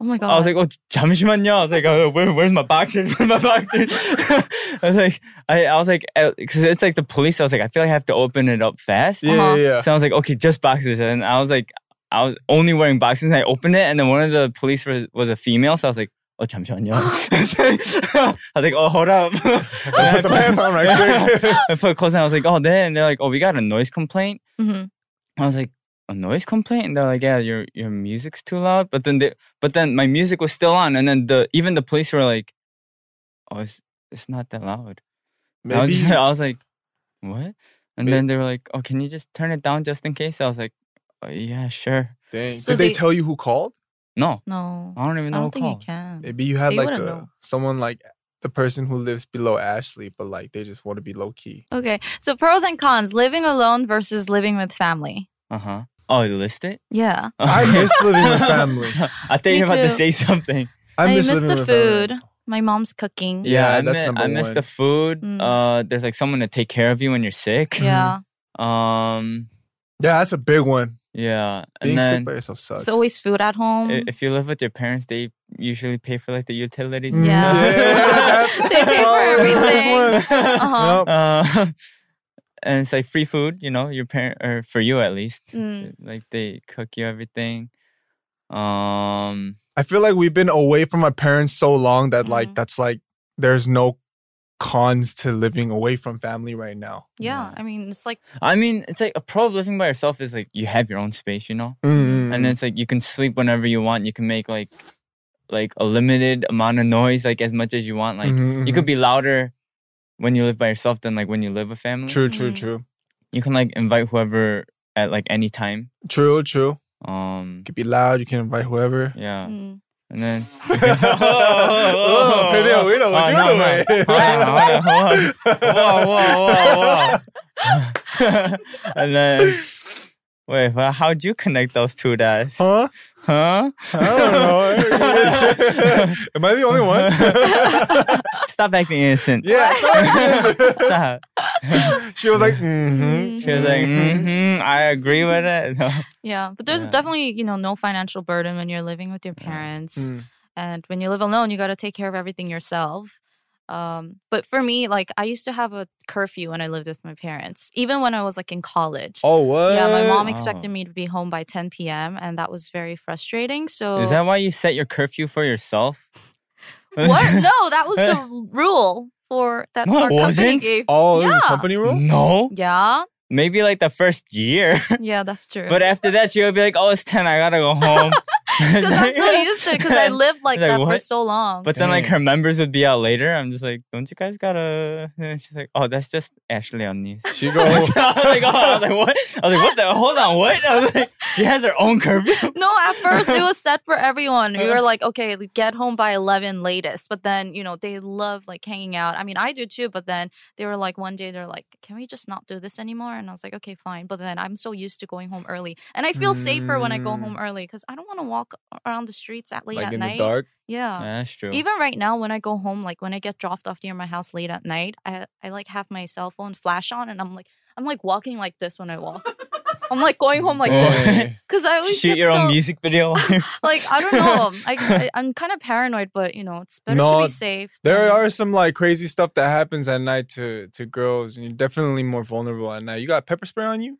[SPEAKER 5] oh my god.
[SPEAKER 4] I was like, oh, 잠시만요. I was like, oh, where, where's my boxers? Where's my boxers? I was like, I, I was like, because it's like the police. I was like, I feel like I have to open it up fast.
[SPEAKER 3] Yeah,
[SPEAKER 5] Uh-huh.
[SPEAKER 3] yeah, yeah.
[SPEAKER 4] So I was like, okay, just boxers. And I was like, I was only wearing boxers. And I opened it, and then one of the police was, was a female. So I was like, oh, 잠시만요. I was like- I was like, oh, hold up.
[SPEAKER 3] Put some pants on right quick.
[SPEAKER 4] I put clothes on. I was like, oh, then and they're like, oh, we got a noise complaint.
[SPEAKER 5] Mhm.
[SPEAKER 4] I was like, a noise complaint, and they're like, yeah, your your music's too loud. But then they, but then my music was still on, and then the even the police were like, oh, it's it's not that loud. I was,
[SPEAKER 3] Maybe
[SPEAKER 4] I was like, what? And
[SPEAKER 3] May-
[SPEAKER 4] then they were like, oh, can you just turn it down just in case? I was like, oh, yeah, sure.
[SPEAKER 3] Dang.
[SPEAKER 5] So
[SPEAKER 3] Did they,
[SPEAKER 5] they-
[SPEAKER 3] tell you who called?
[SPEAKER 4] No,
[SPEAKER 5] no.
[SPEAKER 4] I don't even
[SPEAKER 5] I
[SPEAKER 4] know
[SPEAKER 5] don't
[SPEAKER 4] who
[SPEAKER 5] think you
[SPEAKER 4] called.
[SPEAKER 5] can.
[SPEAKER 3] Maybe you had
[SPEAKER 5] They
[SPEAKER 3] like a
[SPEAKER 5] wouldn't know.
[SPEAKER 3] someone like the person who lives below Ashley, but like they just want to be low key.
[SPEAKER 5] Okay. So pros and cons, living alone versus living with family.
[SPEAKER 4] Uh huh. Oh, you list it.
[SPEAKER 5] Yeah.
[SPEAKER 3] I miss living with family.
[SPEAKER 4] I thought
[SPEAKER 5] Me
[SPEAKER 4] you were about
[SPEAKER 5] too.
[SPEAKER 4] to say something.
[SPEAKER 3] I,
[SPEAKER 5] I
[SPEAKER 3] miss,
[SPEAKER 5] miss
[SPEAKER 3] living
[SPEAKER 5] the
[SPEAKER 3] with family.
[SPEAKER 5] food. My mom's cooking.
[SPEAKER 3] Yeah,
[SPEAKER 4] I
[SPEAKER 3] that's
[SPEAKER 4] mi-
[SPEAKER 3] number
[SPEAKER 4] I miss
[SPEAKER 3] one.
[SPEAKER 4] the food.
[SPEAKER 5] Mm.
[SPEAKER 4] Uh, there's like someone to take care of you when you're sick.
[SPEAKER 5] Yeah.
[SPEAKER 4] Um.
[SPEAKER 3] Yeah, that's a big one.
[SPEAKER 4] Yeah.
[SPEAKER 3] Being
[SPEAKER 4] And
[SPEAKER 3] sick by
[SPEAKER 4] then
[SPEAKER 3] yourself sucks.
[SPEAKER 5] It's always food at home.
[SPEAKER 4] i- if you live with your parents, they usually pay for like the utilities.
[SPEAKER 3] Mm,
[SPEAKER 4] and
[SPEAKER 5] Yeah.
[SPEAKER 4] stuff.
[SPEAKER 3] yeah, that's
[SPEAKER 5] They pay for
[SPEAKER 3] probably the
[SPEAKER 5] everything.
[SPEAKER 3] one.
[SPEAKER 5] Uh-huh.
[SPEAKER 3] Yup.
[SPEAKER 4] Uh, and it's like free food. You know, your parent or for you at least,
[SPEAKER 5] Mm.
[SPEAKER 4] like they cook you everything. Um.
[SPEAKER 3] I feel like we've been away from our parents so long that
[SPEAKER 5] Mhm.
[SPEAKER 4] Mm-hmm.
[SPEAKER 3] like that's like there's no cons to living away from family right now.
[SPEAKER 5] yeah. I mean, it's like
[SPEAKER 4] I mean, it's like a pro of living by yourself is like you have your own space. You know. and it's like you can sleep whenever you want you can make like like a limited amount of noise like as much as you want like
[SPEAKER 3] Mm-hmm,
[SPEAKER 4] you could be louder when you live by yourself than like when you live with family
[SPEAKER 3] true, true,
[SPEAKER 5] Mhm.
[SPEAKER 3] true,
[SPEAKER 4] you can like invite whoever at like any time
[SPEAKER 3] true, true.
[SPEAKER 4] um
[SPEAKER 3] You could be loud. You can invite whoever.
[SPEAKER 4] yeah
[SPEAKER 5] mm.
[SPEAKER 4] and then
[SPEAKER 3] oh, Pernille, we know what
[SPEAKER 4] Oh,
[SPEAKER 3] you're
[SPEAKER 4] no, no.
[SPEAKER 3] doing.
[SPEAKER 4] Hold on, hold on, hold on. whoa whoa whoa whoa and then wait well, how'd you connect those two dots
[SPEAKER 3] Huh?
[SPEAKER 4] huh
[SPEAKER 3] I don't know. Am I the only one?
[SPEAKER 4] stop acting innocent
[SPEAKER 3] yeah.
[SPEAKER 4] stop
[SPEAKER 3] she was like, mm-hmm.
[SPEAKER 5] mm,
[SPEAKER 4] She was like, mm-hmm, I agree with it. No.
[SPEAKER 5] Yeah, but there's
[SPEAKER 4] Yeah.
[SPEAKER 5] definitely, you know, no financial burden when you're living with your
[SPEAKER 4] Mm-hmm.
[SPEAKER 5] parents.
[SPEAKER 3] Mm.
[SPEAKER 5] And when you live alone, you got to take care of everything yourself. Um, but for me, like I used to have a curfew when I lived with my parents, even when I was like in college.
[SPEAKER 3] Oh, what?
[SPEAKER 5] Yeah, my mom
[SPEAKER 4] Wow.
[SPEAKER 5] expected me to be home by 10 p.m. and that was very frustrating. So
[SPEAKER 4] Is that why you set your curfew for yourself?
[SPEAKER 5] what? No, that was the rule for that
[SPEAKER 4] No, it
[SPEAKER 5] our company
[SPEAKER 4] wasn't.
[SPEAKER 5] gave.
[SPEAKER 3] Oh, this is
[SPEAKER 5] Yeah.
[SPEAKER 3] a company rule?
[SPEAKER 4] No.
[SPEAKER 5] Yeah,
[SPEAKER 4] Maybe like the first year.
[SPEAKER 5] yeah, that's true.
[SPEAKER 4] but after that, she'll be like, oh, it's 10. I gotta go home.
[SPEAKER 5] because I'm so used to it because I lived like,
[SPEAKER 4] Like,
[SPEAKER 5] that for
[SPEAKER 4] what?
[SPEAKER 5] so long.
[SPEAKER 4] But then, like,
[SPEAKER 3] Dang.
[SPEAKER 4] her members would be out later. I'm just like, don't you guys gotta. And she's like, oh, that's just Ashley on these.
[SPEAKER 3] She
[SPEAKER 4] I
[SPEAKER 3] goes,
[SPEAKER 4] was like, oh, I was like, what? I was like, what the? Hold on, what? I was like, she has her own curfew.
[SPEAKER 5] No, at first it was set for everyone.
[SPEAKER 3] Uh.
[SPEAKER 5] We were like, okay, get home by 11 latest. But then, you know, they love like hanging out. I mean, I do too. But then they were like, one day they're like, can we just not do this anymore? And I was like, okay, fine. But then I'm so used to going home early. And I feel safer when I go
[SPEAKER 3] Mm.
[SPEAKER 5] home early because I don't want to walk around the streets at late
[SPEAKER 3] like
[SPEAKER 5] at
[SPEAKER 3] in
[SPEAKER 5] night.
[SPEAKER 3] the dark.
[SPEAKER 5] Yeah.
[SPEAKER 4] Yeah, that's true.
[SPEAKER 5] Even right now, when I go home, like when I get dropped off near my house late at night, I, I like have my cell phone flash on and I'm like, I'm like walking like this when I walk. I'm like going home like
[SPEAKER 4] Oh.
[SPEAKER 5] this. Because I always
[SPEAKER 4] Shoot
[SPEAKER 5] get
[SPEAKER 4] your
[SPEAKER 5] so,
[SPEAKER 4] own music video. Oh.
[SPEAKER 5] like I don't know. I, I I'm kind of paranoid, but you know, it's better to
[SPEAKER 3] No,
[SPEAKER 5] be safe.
[SPEAKER 3] There
[SPEAKER 5] than-
[SPEAKER 3] are some like crazy stuff that happens at night to to girls, and you're definitely more vulnerable at night. You got pepper spray on you?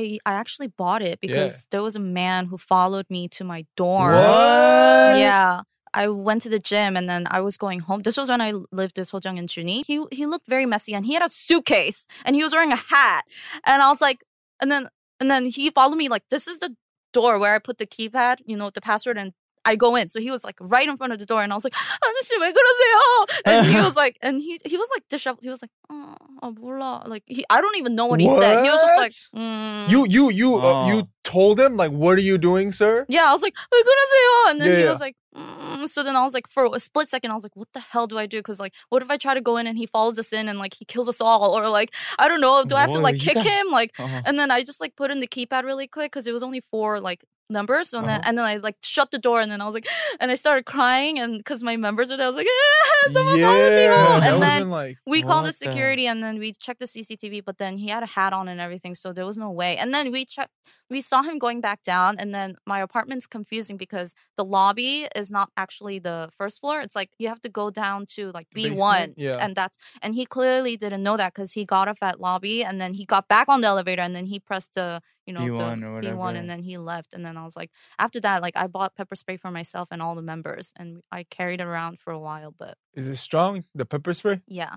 [SPEAKER 5] I I actually bought it because there was a man who followed me to my dorm.
[SPEAKER 3] What?
[SPEAKER 5] Yeah. I went to the gym and then I was going home. This was when I lived with Hojung and Chuni. He he looked very messy and he had a suitcase and he was wearing a hat. And I was like, and then and then he followed me like this is the door where I put the keypad, you know, the password and I go in. So he was like right in front of the door and I was like, "Ah, 아저씨 왜 그러세요? And he was like and he he was like disheveled. He was like, oh, oh 몰라. Like he I don't even know what he said. He was just like, mm.
[SPEAKER 3] You you you uh,
[SPEAKER 4] Oh.
[SPEAKER 3] you told him like what are you doing, sir?
[SPEAKER 5] Yeah, I was like, "왜 그러세요?" And then
[SPEAKER 3] Yeah,
[SPEAKER 5] he
[SPEAKER 3] yeah.
[SPEAKER 5] was like, mm. so then I was like, for a split second, I was like, "What the hell do I do?" Because like, what if I try to go in and he follows us in and like he kills us all, or like I don't know, do I have to
[SPEAKER 4] Whoa,
[SPEAKER 5] like
[SPEAKER 4] you
[SPEAKER 5] kick
[SPEAKER 4] got-
[SPEAKER 5] him? Like,
[SPEAKER 4] Uh-huh.
[SPEAKER 5] and then I just like put in the keypad really quick because it was only four like numbers, so then,
[SPEAKER 3] Uh-huh.
[SPEAKER 5] and then I like shut the door, and then I was like, and I started crying, and because my members were there, I was like, someone
[SPEAKER 3] yeah,
[SPEAKER 5] followed me home,
[SPEAKER 3] that
[SPEAKER 5] and
[SPEAKER 3] would've
[SPEAKER 5] then
[SPEAKER 3] been like
[SPEAKER 5] we called the
[SPEAKER 4] What the-
[SPEAKER 5] security and then we checked the CCTV, but then he had a hat on and everything, so there was no way. And then we checked, we saw him going back down, and then my apartment's confusing because the lobby is not actually the first floor. It's like you have to go down to like B one,
[SPEAKER 3] Basement? Yeah.
[SPEAKER 5] and that's and he clearly didn't know that because he got off at lobby and then he got back on the elevator and then he pressed the you know
[SPEAKER 4] B1
[SPEAKER 5] the
[SPEAKER 4] or
[SPEAKER 5] B one
[SPEAKER 4] whatever.
[SPEAKER 5] and then he left. And then I was like, after that, like I bought pepper spray for myself and all the members, and I carried it around for a while, but.
[SPEAKER 3] Is it strong? The pepper spray?
[SPEAKER 5] Yeah.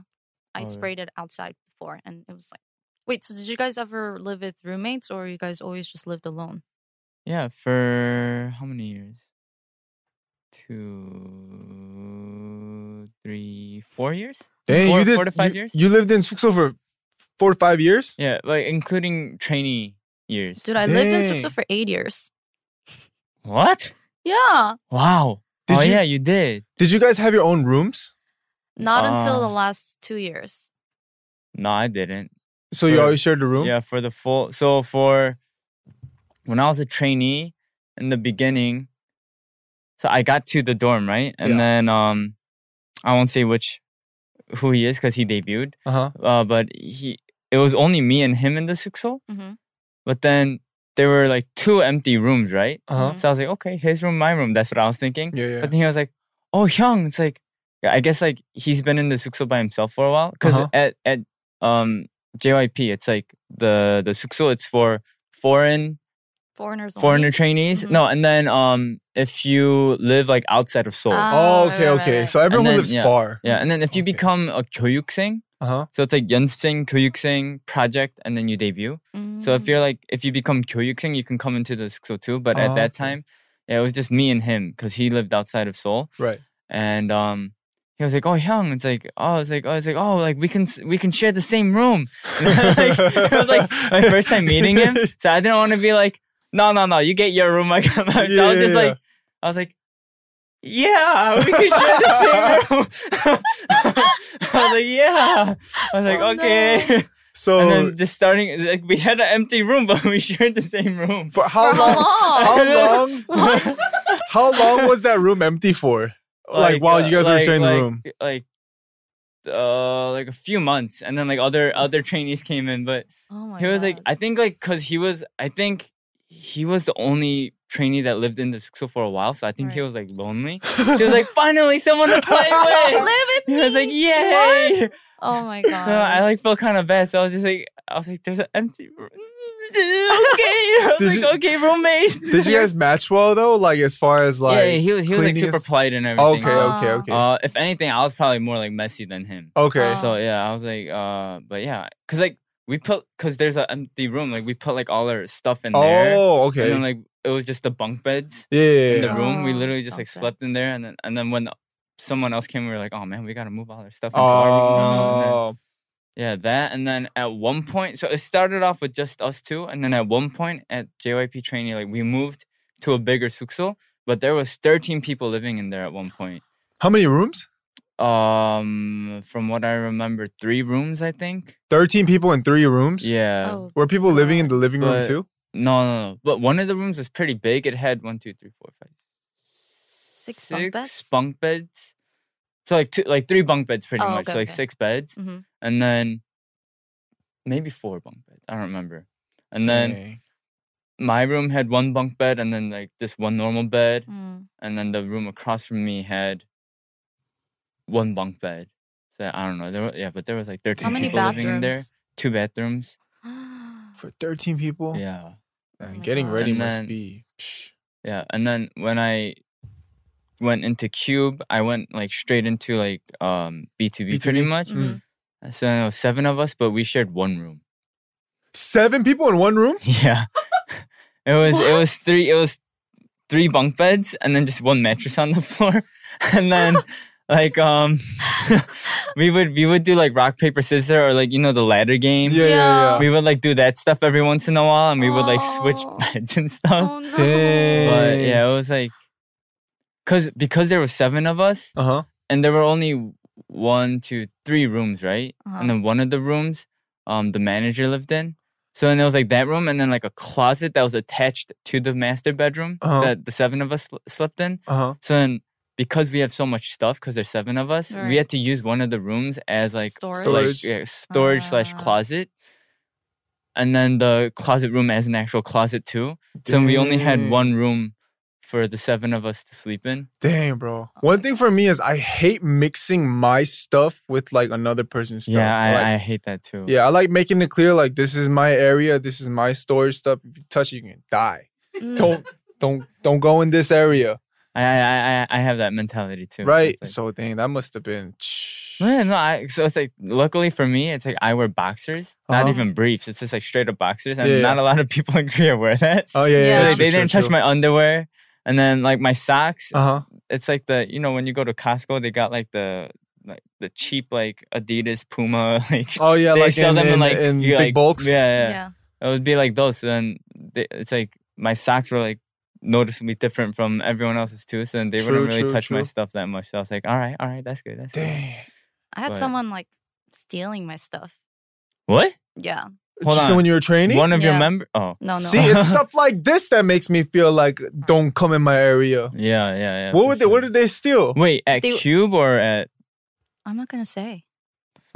[SPEAKER 4] Oh,
[SPEAKER 5] I
[SPEAKER 4] yeah.
[SPEAKER 5] sprayed it outside before and it was like Wait, so did you guys ever live with roommates or you guys always just lived alone?
[SPEAKER 4] Yeah, for how many years? Two, three, four years?
[SPEAKER 3] Dang,
[SPEAKER 4] four,
[SPEAKER 3] you did
[SPEAKER 4] four to five
[SPEAKER 3] you,
[SPEAKER 4] years?
[SPEAKER 3] You lived in Sukso for four to five years?
[SPEAKER 4] yeah, like including trainee years.
[SPEAKER 5] Dude, I lived in
[SPEAKER 3] Dang.
[SPEAKER 5] Sukso for 8 years.
[SPEAKER 4] What?
[SPEAKER 5] Yeah.
[SPEAKER 4] Wow.
[SPEAKER 3] Did
[SPEAKER 4] oh
[SPEAKER 3] you-
[SPEAKER 4] yeah, you did.
[SPEAKER 3] Did you guys have your own rooms?
[SPEAKER 5] Not until the
[SPEAKER 4] Ah.
[SPEAKER 5] last 2 years.
[SPEAKER 4] No, I didn't.
[SPEAKER 3] So you
[SPEAKER 4] For-
[SPEAKER 3] always shared a room?
[SPEAKER 4] Yeah, for the full. So for when I was a trainee in the beginning, so I got to the dorm right, and
[SPEAKER 3] Yeah.
[SPEAKER 4] then um, I won't say which who he is because he debuted,
[SPEAKER 3] Uh-huh.
[SPEAKER 4] uh, but he it was only me and him in the sukso.
[SPEAKER 5] Mhm.
[SPEAKER 4] But then there were like two empty rooms, right?
[SPEAKER 3] Uh-huh.
[SPEAKER 5] Mhm.
[SPEAKER 4] So I was like, okay, his room, my room. That's what I was thinking.
[SPEAKER 3] Yeah, yeah.
[SPEAKER 4] But then he was like, "Oh, Hyung." It's like, yeah, I guess like he's been in the sukso by himself for a while. Because
[SPEAKER 3] Uh-huh.
[SPEAKER 4] at at um JYP, it's like the the sukso. It's for foreign
[SPEAKER 5] Foreigners
[SPEAKER 4] foreigner
[SPEAKER 5] only.
[SPEAKER 4] trainees.
[SPEAKER 3] Mm-hmm.
[SPEAKER 5] Mhm.
[SPEAKER 4] No, and then um if you live like outside of Seoul,
[SPEAKER 5] Ah.
[SPEAKER 3] Oh,
[SPEAKER 5] right,
[SPEAKER 3] okay,
[SPEAKER 5] right,
[SPEAKER 3] okay.
[SPEAKER 5] right.
[SPEAKER 3] So everyone who
[SPEAKER 4] then,
[SPEAKER 3] lives
[SPEAKER 4] yeah.
[SPEAKER 3] far.
[SPEAKER 4] yeah, and then if you
[SPEAKER 3] Okay.
[SPEAKER 4] become a 교육생,
[SPEAKER 3] Uh-huh.
[SPEAKER 4] so it's like 연습생, 교육생 project, and then you debut. So if
[SPEAKER 5] Mm.
[SPEAKER 4] you're like if you become 교육생, you can come into the sukso too. But
[SPEAKER 3] Ah,
[SPEAKER 4] at that
[SPEAKER 3] okay.
[SPEAKER 4] time, yeah, it was just me and him because he lived outside of Seoul.
[SPEAKER 3] Right.
[SPEAKER 4] and um he was like, "Oh, Hyung," it's like, "Oh, it's like, oh, it's like, oh, like we can s- we can share the same room." like, it was like my first time meeting him, so I didn't want to be like, "No, no, no, you get your room." I got mine." So I was
[SPEAKER 3] Yeah,
[SPEAKER 4] just
[SPEAKER 3] yeah,
[SPEAKER 4] like, I was like, "Yeah, we can share the same room." I was like, "Yeah," I was like,
[SPEAKER 5] Oh,
[SPEAKER 4] "Okay,"
[SPEAKER 3] So
[SPEAKER 4] and then just starting like we had an empty room, but we shared the same room.
[SPEAKER 3] for how
[SPEAKER 5] For
[SPEAKER 3] long?
[SPEAKER 5] how long?
[SPEAKER 3] How long? How long was that room empty for? Like, while you guys were sharing the room.
[SPEAKER 4] Like uh like a few months and then like other other trainees came in but
[SPEAKER 5] Oh my
[SPEAKER 4] he was like
[SPEAKER 5] God.
[SPEAKER 4] I think like cuz he was I think he was the only trainee that lived in the sukso for a while so I think he
[SPEAKER 5] Right.
[SPEAKER 4] was like lonely. so he was like finally someone to play with.
[SPEAKER 5] live with
[SPEAKER 4] He was like
[SPEAKER 5] me.
[SPEAKER 4] yay.
[SPEAKER 5] What? Oh my god.
[SPEAKER 4] So I like felt kind of bad so I was just like I was like there's an empty room. okay. I
[SPEAKER 3] Did
[SPEAKER 4] was
[SPEAKER 3] you-
[SPEAKER 4] like okay roommate.
[SPEAKER 3] Did you guys match well though? Like as far as like
[SPEAKER 4] yeah, yeah, he was he was like
[SPEAKER 3] cleaning
[SPEAKER 4] super
[SPEAKER 3] and s-
[SPEAKER 4] polite and
[SPEAKER 3] Okay,
[SPEAKER 4] everything.
[SPEAKER 3] okay,
[SPEAKER 5] Uh,
[SPEAKER 3] okay.
[SPEAKER 4] Uh, um, if anything, I was probably more like messy than him.
[SPEAKER 3] okay.
[SPEAKER 5] Uh,
[SPEAKER 4] So yeah, I was like, uh, but yeah, cause like we put, cause there's an empty room, like we put like all our stuff in there,
[SPEAKER 3] oh,
[SPEAKER 4] and
[SPEAKER 3] okay.
[SPEAKER 4] then like it was just the bunk beds
[SPEAKER 3] yeah, yeah,
[SPEAKER 4] in the
[SPEAKER 3] yeah.
[SPEAKER 4] room. We
[SPEAKER 5] Oh,
[SPEAKER 4] literally just like
[SPEAKER 5] okay.
[SPEAKER 4] slept in there, and then and then when someone else came, we were like, oh man, we gotta move all our stuff into our room. now." And then-
[SPEAKER 3] Oh,
[SPEAKER 4] yeah, that, and then at one point, so it started off with just us two, and then at one point at JYP training, like we moved to a bigger sukso, but there was 13 people living in there at one point.
[SPEAKER 3] how many rooms?
[SPEAKER 4] Um, from what I remember, three rooms, I think.
[SPEAKER 3] Thirteen people in three rooms.
[SPEAKER 4] Yeah.
[SPEAKER 5] oh,
[SPEAKER 3] Were people living in the living room
[SPEAKER 4] But-
[SPEAKER 3] too?
[SPEAKER 4] No, no, no. But one of the rooms was pretty big. It had one, two, three, four, five,
[SPEAKER 5] Six bunk beds?
[SPEAKER 4] bunk beds. So like two, like three bunk beds, pretty
[SPEAKER 5] Oh,
[SPEAKER 4] much.
[SPEAKER 5] okay,
[SPEAKER 4] so like
[SPEAKER 5] okay.
[SPEAKER 4] six beds,
[SPEAKER 5] Mhm.
[SPEAKER 4] and then maybe four bunk beds. I don't remember. And then
[SPEAKER 3] Dang.
[SPEAKER 4] my room had one bunk bed, and then like this one normal bed,
[SPEAKER 5] mm.
[SPEAKER 4] and then the room across from me had one bunk bed. So I don't know. There were, yeah, but there was like thirteen
[SPEAKER 5] How many Mm-hmm.
[SPEAKER 4] people living in there.
[SPEAKER 5] bathrooms?
[SPEAKER 4] Two bathrooms.
[SPEAKER 3] for 13
[SPEAKER 5] Oh.
[SPEAKER 3] people.
[SPEAKER 4] Yeah.
[SPEAKER 3] Man,
[SPEAKER 5] my
[SPEAKER 3] getting
[SPEAKER 5] God.
[SPEAKER 3] ready
[SPEAKER 4] And
[SPEAKER 3] must
[SPEAKER 4] then-
[SPEAKER 3] be. psh.
[SPEAKER 4] Yeah, and then when I went into Cube, I went like straight into like um B2B, pretty
[SPEAKER 3] B2B?
[SPEAKER 4] much.
[SPEAKER 5] Mhm.
[SPEAKER 4] So there was seven of us, but we shared one room.
[SPEAKER 3] Seven people in one room?
[SPEAKER 4] Yeah. it was it was three it was three bunk beds and then just one mattress on the floor. and then like um we would we would do like rock, paper, scissor or like you know the ladder game.
[SPEAKER 3] Yeah, yeah, yeah.
[SPEAKER 4] We would like do that stuff every once in a while and we would like switch
[SPEAKER 5] Oh.
[SPEAKER 4] beds and stuff.
[SPEAKER 5] Oh no.
[SPEAKER 4] But
[SPEAKER 3] Dang.
[SPEAKER 4] yeah, it was like cause because there were seven of us
[SPEAKER 3] Uh huh.
[SPEAKER 4] and there were only one, two, three rooms, right?
[SPEAKER 5] Uh-huh.
[SPEAKER 4] And then one of the rooms, um, the manager lived in. So then it was like that room, and then like a closet that was attached to the master bedroom
[SPEAKER 3] Uh-huh.
[SPEAKER 4] that the seven of us sl- slept in.
[SPEAKER 3] Uh huh.
[SPEAKER 4] So then because we have so much stuff, because there's seven of us,
[SPEAKER 5] Right.
[SPEAKER 4] we had to use one of the rooms as like
[SPEAKER 5] Storage?
[SPEAKER 3] Storage.
[SPEAKER 4] like, yeah, storage slash
[SPEAKER 5] Ah.
[SPEAKER 4] closet. And then the closet room as an actual closet too. So we only had
[SPEAKER 3] Dang.
[SPEAKER 4] one room for the seven of us to sleep in.
[SPEAKER 3] Dang, bro. One thing for me is I hate mixing my stuff with like another person's stuff.
[SPEAKER 4] Yeah, I,
[SPEAKER 3] Like,
[SPEAKER 4] I hate that too.
[SPEAKER 3] yeah, I like making it clear like this is my area, this is my storage stuff. If you touch it, you can die.
[SPEAKER 5] Mm.
[SPEAKER 3] Don't don't don't go in this area.
[SPEAKER 4] I I I, I have that mentality too.
[SPEAKER 3] Right?
[SPEAKER 4] It's like-
[SPEAKER 3] So dang, that must have been
[SPEAKER 4] No, yeah, no. I, so it's like, luckily for me, it's like I wear boxers, not
[SPEAKER 3] Uh-huh.
[SPEAKER 4] even briefs. It's just like straight up boxers, and
[SPEAKER 3] Yeah, yeah.
[SPEAKER 4] not a lot of people in Korea wear that.
[SPEAKER 3] Oh yeah, yeah.
[SPEAKER 5] Yeah.
[SPEAKER 4] So,
[SPEAKER 3] yeah.
[SPEAKER 4] like, they didn't touch my underwear, and then like my socks.
[SPEAKER 3] Uh huh.
[SPEAKER 4] It's like the you know when you go to Costco, they got like the like the cheap like Adidas, Puma, like
[SPEAKER 3] Oh yeah,
[SPEAKER 4] they
[SPEAKER 3] like
[SPEAKER 4] sell
[SPEAKER 3] in,
[SPEAKER 4] them in
[SPEAKER 3] in,
[SPEAKER 4] like
[SPEAKER 3] in
[SPEAKER 4] you,
[SPEAKER 3] big
[SPEAKER 4] like-
[SPEAKER 3] bulks.
[SPEAKER 4] Yeah, yeah,
[SPEAKER 5] Yeah.
[SPEAKER 4] It would be like those. So then they, it's like my socks were like noticeably different from everyone else's too. So then they
[SPEAKER 3] True,
[SPEAKER 4] wouldn't really
[SPEAKER 3] true,
[SPEAKER 4] touch my
[SPEAKER 3] true.
[SPEAKER 4] stuff that much. So I was like, all right, all right, that's good. That's good.
[SPEAKER 3] Dang.
[SPEAKER 5] I had
[SPEAKER 4] But-
[SPEAKER 5] someone like stealing my stuff.
[SPEAKER 4] What?
[SPEAKER 5] Yeah.
[SPEAKER 4] Hold
[SPEAKER 3] so
[SPEAKER 4] on.
[SPEAKER 3] when you were training.
[SPEAKER 4] One of your
[SPEAKER 5] Yeah.
[SPEAKER 4] member? Oh,
[SPEAKER 5] No, no.
[SPEAKER 3] See, it's stuff like this that makes me feel like don't come in my area.
[SPEAKER 4] yeah, yeah, yeah.
[SPEAKER 3] What
[SPEAKER 4] for
[SPEAKER 3] would they? What
[SPEAKER 4] sure.
[SPEAKER 3] did they steal?
[SPEAKER 4] Wait, at
[SPEAKER 5] They-
[SPEAKER 4] Cube or at?
[SPEAKER 5] I'm not gonna say.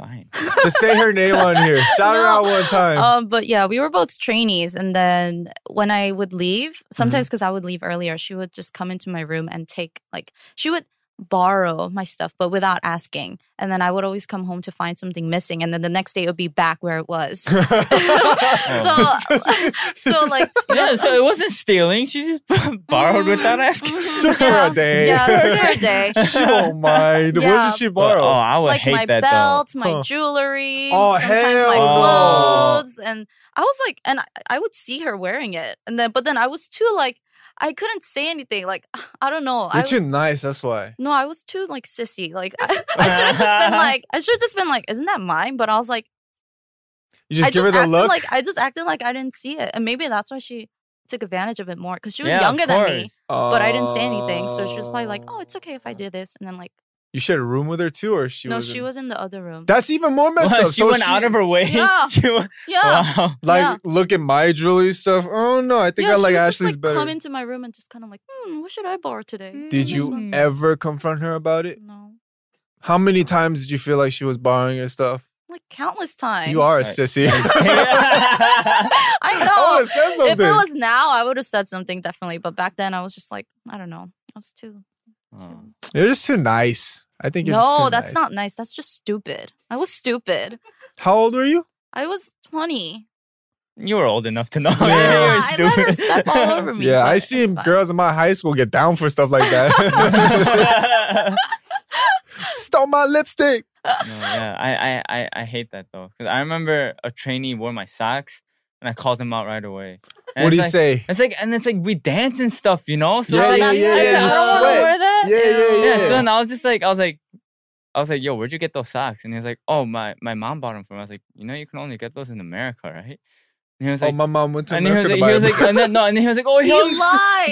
[SPEAKER 4] Fine.
[SPEAKER 3] Just say her name on here. Shout her
[SPEAKER 5] No.
[SPEAKER 3] out one time.
[SPEAKER 5] Um, but yeah, we were both trainees, and then when I would leave,
[SPEAKER 3] Mm-hmm.
[SPEAKER 5] sometimes because I would leave earlier, she would just come into my room and take like she would borrow my stuff, but without asking. And then I would always come home to find something missing, and then the next day it would be back where it was. Oh. so,
[SPEAKER 3] Oh.
[SPEAKER 5] so like
[SPEAKER 4] yeah, so it wasn't stealing. She just borrowed without asking.
[SPEAKER 3] Just for a
[SPEAKER 5] mm-hmm. yeah,
[SPEAKER 3] day.
[SPEAKER 5] Yeah, just for a day.
[SPEAKER 3] she won't mind. What
[SPEAKER 5] Yeah.
[SPEAKER 3] did she
[SPEAKER 4] But, oh,
[SPEAKER 3] borrow?
[SPEAKER 4] I would
[SPEAKER 5] like
[SPEAKER 4] hate
[SPEAKER 5] my
[SPEAKER 4] that
[SPEAKER 5] belt, my
[SPEAKER 3] Huh.
[SPEAKER 5] jewelry,
[SPEAKER 3] Oh,
[SPEAKER 5] sometimes my
[SPEAKER 3] hell no.
[SPEAKER 5] clothes, and I was like, and I, I would see her wearing it, and then but then I was too like I couldn't say anything, like I don't know, I
[SPEAKER 3] You're
[SPEAKER 5] was,
[SPEAKER 3] too nice. That's why.
[SPEAKER 5] no, I was too like sissy, like I, I should have just been like I should have just been like, isn't that mine? But I was like,
[SPEAKER 3] You just
[SPEAKER 5] I
[SPEAKER 3] give
[SPEAKER 5] just
[SPEAKER 3] her the
[SPEAKER 5] acted
[SPEAKER 3] look.
[SPEAKER 5] like I just acted like I didn't see it, and maybe that's why she took advantage of it more because she
[SPEAKER 4] though.
[SPEAKER 5] was
[SPEAKER 4] Yeah, of
[SPEAKER 5] younger than me.
[SPEAKER 4] course.
[SPEAKER 5] But I didn't say anything, so she was probably like, "Oh, it's okay if I do this," and then like,
[SPEAKER 3] You shared a room with her too, or she?
[SPEAKER 5] no,
[SPEAKER 3] was
[SPEAKER 5] she was in the other room.
[SPEAKER 3] That's even more messed
[SPEAKER 4] Wow,
[SPEAKER 3] up.
[SPEAKER 4] she
[SPEAKER 3] So
[SPEAKER 4] went out of her way.
[SPEAKER 5] Yeah.
[SPEAKER 4] She wa-
[SPEAKER 5] yeah,
[SPEAKER 4] Wow.
[SPEAKER 3] Like,
[SPEAKER 5] Yeah.
[SPEAKER 3] look at my jewelry stuff. Oh no, I think
[SPEAKER 5] yeah,
[SPEAKER 3] I like
[SPEAKER 5] she would
[SPEAKER 3] Ashley's
[SPEAKER 5] just, like,
[SPEAKER 3] better.
[SPEAKER 5] Come into my room and just kind of like, hmm, what should I borrow today?
[SPEAKER 3] did
[SPEAKER 5] Mm,
[SPEAKER 3] you
[SPEAKER 5] this one.
[SPEAKER 3] ever confront her about it?
[SPEAKER 5] No,
[SPEAKER 3] How many times did you feel like she was borrowing your stuff?
[SPEAKER 5] like countless times.
[SPEAKER 3] You are a
[SPEAKER 4] Right.
[SPEAKER 3] sissy.
[SPEAKER 5] I
[SPEAKER 3] I
[SPEAKER 5] know.
[SPEAKER 3] would've said
[SPEAKER 5] if
[SPEAKER 3] something.
[SPEAKER 5] it was now, I would have said something definitely. But back then, I was just like, I don't know. I was too.
[SPEAKER 4] Oh.
[SPEAKER 3] You're just too nice. I think you're just
[SPEAKER 5] No,
[SPEAKER 3] too
[SPEAKER 5] that's
[SPEAKER 3] nice.
[SPEAKER 5] not nice. That's just stupid. I was stupid.
[SPEAKER 3] How old were you?
[SPEAKER 5] I was twenty.
[SPEAKER 4] You were old enough to know.
[SPEAKER 5] Yeah,
[SPEAKER 4] you were
[SPEAKER 5] I let her
[SPEAKER 4] stupid.
[SPEAKER 5] step all over me.
[SPEAKER 3] yeah,
[SPEAKER 5] but
[SPEAKER 3] I
[SPEAKER 5] it's
[SPEAKER 3] see
[SPEAKER 5] fine.
[SPEAKER 3] girls in my high school get down for stuff like that.
[SPEAKER 4] no,
[SPEAKER 3] Stole my lipstick.
[SPEAKER 4] yeah, I, I, I, I hate that though. Because I remember a trainee wore my socks and I called him out right away. And
[SPEAKER 3] What do
[SPEAKER 4] it's
[SPEAKER 3] you
[SPEAKER 4] like,
[SPEAKER 3] say?
[SPEAKER 4] It's like, and it's like we dance and stuff, you know? So
[SPEAKER 3] Yeah,
[SPEAKER 4] it's like,
[SPEAKER 3] yeah, yeah,
[SPEAKER 4] I
[SPEAKER 3] yeah,
[SPEAKER 4] said,
[SPEAKER 3] you
[SPEAKER 4] I don't wanna
[SPEAKER 3] sweat.
[SPEAKER 4] wear that.
[SPEAKER 3] Yeah, yeah,
[SPEAKER 4] Yeah,
[SPEAKER 3] yeah.
[SPEAKER 4] so then I was just like, I was like, I was like, yo, where'd you get those socks? And he was like, oh, my, my mom bought them for me. I was like, you know, you can only get those in America, right? And he was
[SPEAKER 3] oh,
[SPEAKER 4] like,
[SPEAKER 3] my mom went to
[SPEAKER 4] and he was
[SPEAKER 3] America
[SPEAKER 4] like,
[SPEAKER 3] to
[SPEAKER 4] he
[SPEAKER 3] buy
[SPEAKER 4] was
[SPEAKER 3] a-
[SPEAKER 4] like, and then no, and then he was like, oh,
[SPEAKER 5] You
[SPEAKER 4] Hyung, so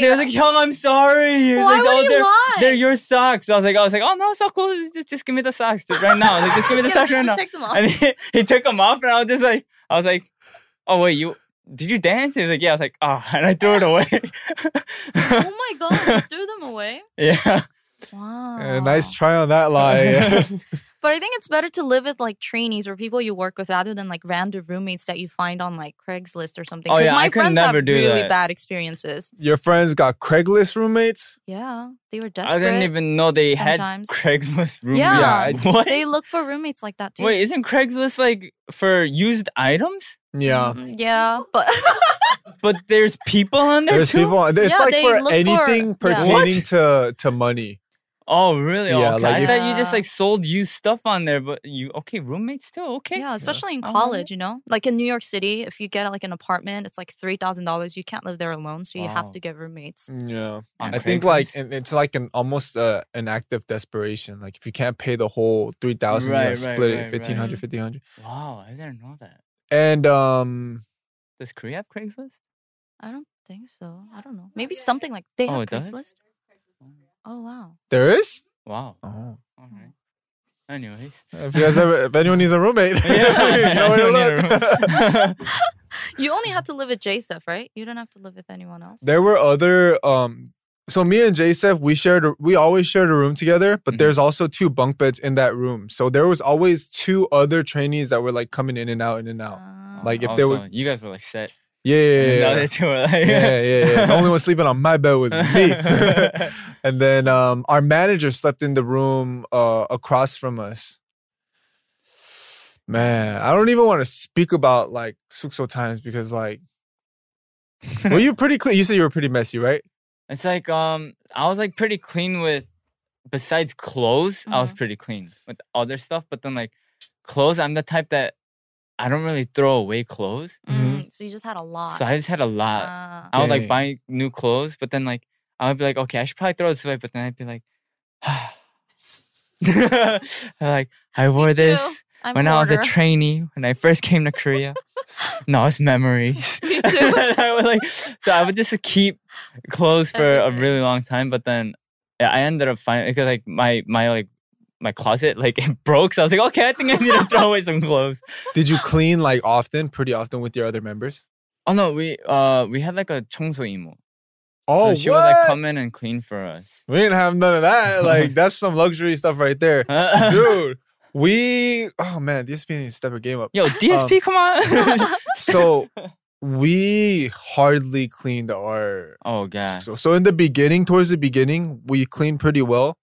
[SPEAKER 4] he was
[SPEAKER 5] lied.
[SPEAKER 4] like, Hyung, I'm sorry. He was
[SPEAKER 5] Why
[SPEAKER 4] like,
[SPEAKER 5] would
[SPEAKER 4] oh,
[SPEAKER 5] he
[SPEAKER 4] they're,
[SPEAKER 5] lie?
[SPEAKER 4] they're your socks. I was like, I was like, oh no, so cool. Just, just give me the socks right now. I was like, just give me the
[SPEAKER 5] Yeah,
[SPEAKER 4] socks right
[SPEAKER 5] just
[SPEAKER 4] now.
[SPEAKER 5] take them off.
[SPEAKER 4] And he, he took them off, and I was just like, I was like, oh wait, you did you dance? He was like, yeah. I was like, oh, and I threw it away.
[SPEAKER 5] oh my god, you threw them away.
[SPEAKER 4] yeah.
[SPEAKER 5] Wow.
[SPEAKER 3] Yeah, nice try on that lie.
[SPEAKER 5] But I think it's better to live with like trainees or people you work with rather than like random roommates that you find on like Craigslist or something.
[SPEAKER 4] Oh,
[SPEAKER 5] Because
[SPEAKER 4] yeah,
[SPEAKER 5] my
[SPEAKER 4] I could
[SPEAKER 5] friends
[SPEAKER 4] never
[SPEAKER 5] have
[SPEAKER 4] do
[SPEAKER 5] really
[SPEAKER 4] that.
[SPEAKER 5] bad experiences.
[SPEAKER 3] Your friends got Craigslist roommates?
[SPEAKER 5] Yeah, they were
[SPEAKER 4] I
[SPEAKER 5] desperate.
[SPEAKER 4] didn't even know they
[SPEAKER 5] sometimes.
[SPEAKER 4] had Craigslist roommates.
[SPEAKER 5] Yeah.
[SPEAKER 3] Yeah,
[SPEAKER 4] what?
[SPEAKER 5] They look for roommates like that too.
[SPEAKER 4] Wait, isn't Craigslist like for used items?
[SPEAKER 3] Yeah.
[SPEAKER 5] Mm, yeah, but
[SPEAKER 4] But there's people on there
[SPEAKER 3] There's
[SPEAKER 4] too.
[SPEAKER 3] people. It's
[SPEAKER 5] Yeah,
[SPEAKER 3] like
[SPEAKER 5] they
[SPEAKER 3] for
[SPEAKER 5] look for-
[SPEAKER 3] anything
[SPEAKER 5] yeah.
[SPEAKER 3] pertaining to to money.
[SPEAKER 4] Oh, really? Oh,
[SPEAKER 3] Yeah,
[SPEAKER 4] okay.
[SPEAKER 3] like
[SPEAKER 4] I
[SPEAKER 3] if-
[SPEAKER 4] thought you just
[SPEAKER 5] Yeah.
[SPEAKER 4] like sold used stuff on there, but you okay? Roommates too? Okay.
[SPEAKER 5] yeah, especially in
[SPEAKER 4] Alright.
[SPEAKER 5] college, you know, like in New York City, if you get like an apartment, it's like three thousand dollars. You can't live there alone, so you
[SPEAKER 4] Wow.
[SPEAKER 5] have to get
[SPEAKER 4] Mm.
[SPEAKER 5] roommates.
[SPEAKER 3] Yeah.
[SPEAKER 4] On
[SPEAKER 3] I think
[SPEAKER 4] Craigslist.
[SPEAKER 3] like and it's like an almost uh, an act of desperation. Like if you can't pay the whole three thousand,
[SPEAKER 4] Right,
[SPEAKER 3] you
[SPEAKER 4] right,
[SPEAKER 3] gotta split
[SPEAKER 4] right, right.
[SPEAKER 3] it 1500 1500
[SPEAKER 4] Wow, I didn't know that.
[SPEAKER 3] And um,
[SPEAKER 4] Does Korea have Craigslist?
[SPEAKER 5] I don't think so. I don't know. Maybe something like they
[SPEAKER 4] Oh,
[SPEAKER 5] have
[SPEAKER 4] it does?
[SPEAKER 5] Craigslist. Oh wow.
[SPEAKER 3] there is.
[SPEAKER 4] Wow.
[SPEAKER 3] Oh.
[SPEAKER 4] All right.
[SPEAKER 5] Oh.
[SPEAKER 4] Anyways.
[SPEAKER 3] If you guys ever, if anyone needs a roommate, you know
[SPEAKER 4] I
[SPEAKER 3] where to
[SPEAKER 4] don't need
[SPEAKER 3] look.
[SPEAKER 4] a room.
[SPEAKER 5] You only had to live with Joseph, right? You don't have to live with anyone else.
[SPEAKER 3] there were other um so me and Jacef, we shared a- we always shared a room together, but
[SPEAKER 4] Mhm.
[SPEAKER 3] there's also two bunk beds in that room. So there was always two other trainees that were like coming in and out in and out.
[SPEAKER 5] Ah.
[SPEAKER 3] Like if
[SPEAKER 4] Oh,
[SPEAKER 3] they
[SPEAKER 4] so
[SPEAKER 3] were
[SPEAKER 4] you guys were like set.
[SPEAKER 3] Yeah, yeah,
[SPEAKER 4] And the
[SPEAKER 3] yeah.
[SPEAKER 4] other
[SPEAKER 3] yeah.
[SPEAKER 4] two were like
[SPEAKER 3] Yeah, yeah, yeah. The only one sleeping on my bed was me. and then um, our manager slept in the room uh, across from us. Man, I don't even want to speak about like Sukso times because like, were you pretty clean? You said you were pretty messy, right?
[SPEAKER 4] It's like um, I was like pretty clean with, besides clothes, I was
[SPEAKER 5] Mhm.
[SPEAKER 4] pretty clean with other stuff. But then like, clothes, I'm the type that I don't really throw away clothes,
[SPEAKER 3] Mhm.
[SPEAKER 5] Mm, So you just had a lot.
[SPEAKER 4] Mm-hmm. so I just had a lot.
[SPEAKER 5] Ah.
[SPEAKER 4] I would
[SPEAKER 3] Dang.
[SPEAKER 4] like buy new clothes, but then like I would be like, okay, I should probably throw this away, but then I'd be like, like I wore
[SPEAKER 5] too.
[SPEAKER 4] this
[SPEAKER 5] I'm
[SPEAKER 4] when I was a
[SPEAKER 5] hoarder.
[SPEAKER 4] trainee when I first came to Korea. no, it's memories.
[SPEAKER 5] Me too.
[SPEAKER 4] I would like, so I would just keep clothes for a
[SPEAKER 5] Everything.
[SPEAKER 4] really long time, but then yeah, I ended up finding because like my my like my closet like it broke, so I was like, okay, I think I need to throw away some clothes.
[SPEAKER 3] Did you clean like often, pretty often with your other members?
[SPEAKER 4] Oh no, we uh we had like a 청소 이모.
[SPEAKER 3] Oh,
[SPEAKER 4] so she would like come in and clean for us.
[SPEAKER 3] we didn't have none of that. Like that's some luxury stuff right there, dude. We oh man, this being step a game up.
[SPEAKER 4] Yo, DSP,
[SPEAKER 3] Um,
[SPEAKER 4] come on.
[SPEAKER 3] So we hardly cleaned our
[SPEAKER 4] oh god.
[SPEAKER 3] So, so in the beginning, towards the beginning, we cleaned pretty well,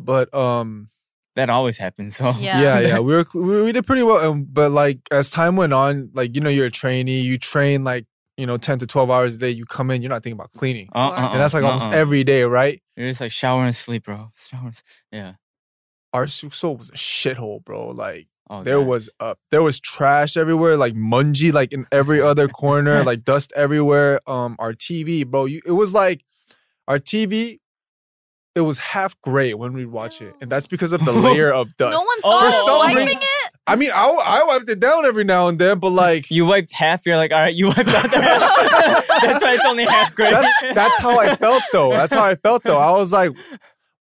[SPEAKER 3] but um,
[SPEAKER 4] That always happens. So
[SPEAKER 5] Yeah.
[SPEAKER 3] yeah, yeah, we were cl- we, we did pretty well. And but like as time went on, like you know, you're a trainee, you train like you know ten to twelve hours a day. You come in, you're not thinking about cleaning,
[SPEAKER 4] Uh, uh,
[SPEAKER 3] and that's like
[SPEAKER 4] uh,
[SPEAKER 3] almost
[SPEAKER 4] uh.
[SPEAKER 3] every day, right?
[SPEAKER 4] You're just like shower and sleep, bro. Shower and sleep. Yeah.
[SPEAKER 3] Our Sukso was a shithole, bro. Like
[SPEAKER 4] Oh,
[SPEAKER 3] there
[SPEAKER 4] God.
[SPEAKER 3] was up, there was trash everywhere, like munji, like in every other corner, like dust everywhere. Um, our TV, bro, you, it was like our TV. It was half gray when we watch it, and that's because of the layer of dust.
[SPEAKER 5] No one
[SPEAKER 4] Oh,
[SPEAKER 5] thought
[SPEAKER 4] for
[SPEAKER 5] of
[SPEAKER 3] some
[SPEAKER 5] wiping
[SPEAKER 3] reason-
[SPEAKER 5] it.
[SPEAKER 3] I mean, I, I wiped it down every now and then, but like
[SPEAKER 4] You wiped half. You're like, all right, you wiped out the half. That's why it's only half grade.
[SPEAKER 3] that's that's how I felt though. That's how I felt though. I was like,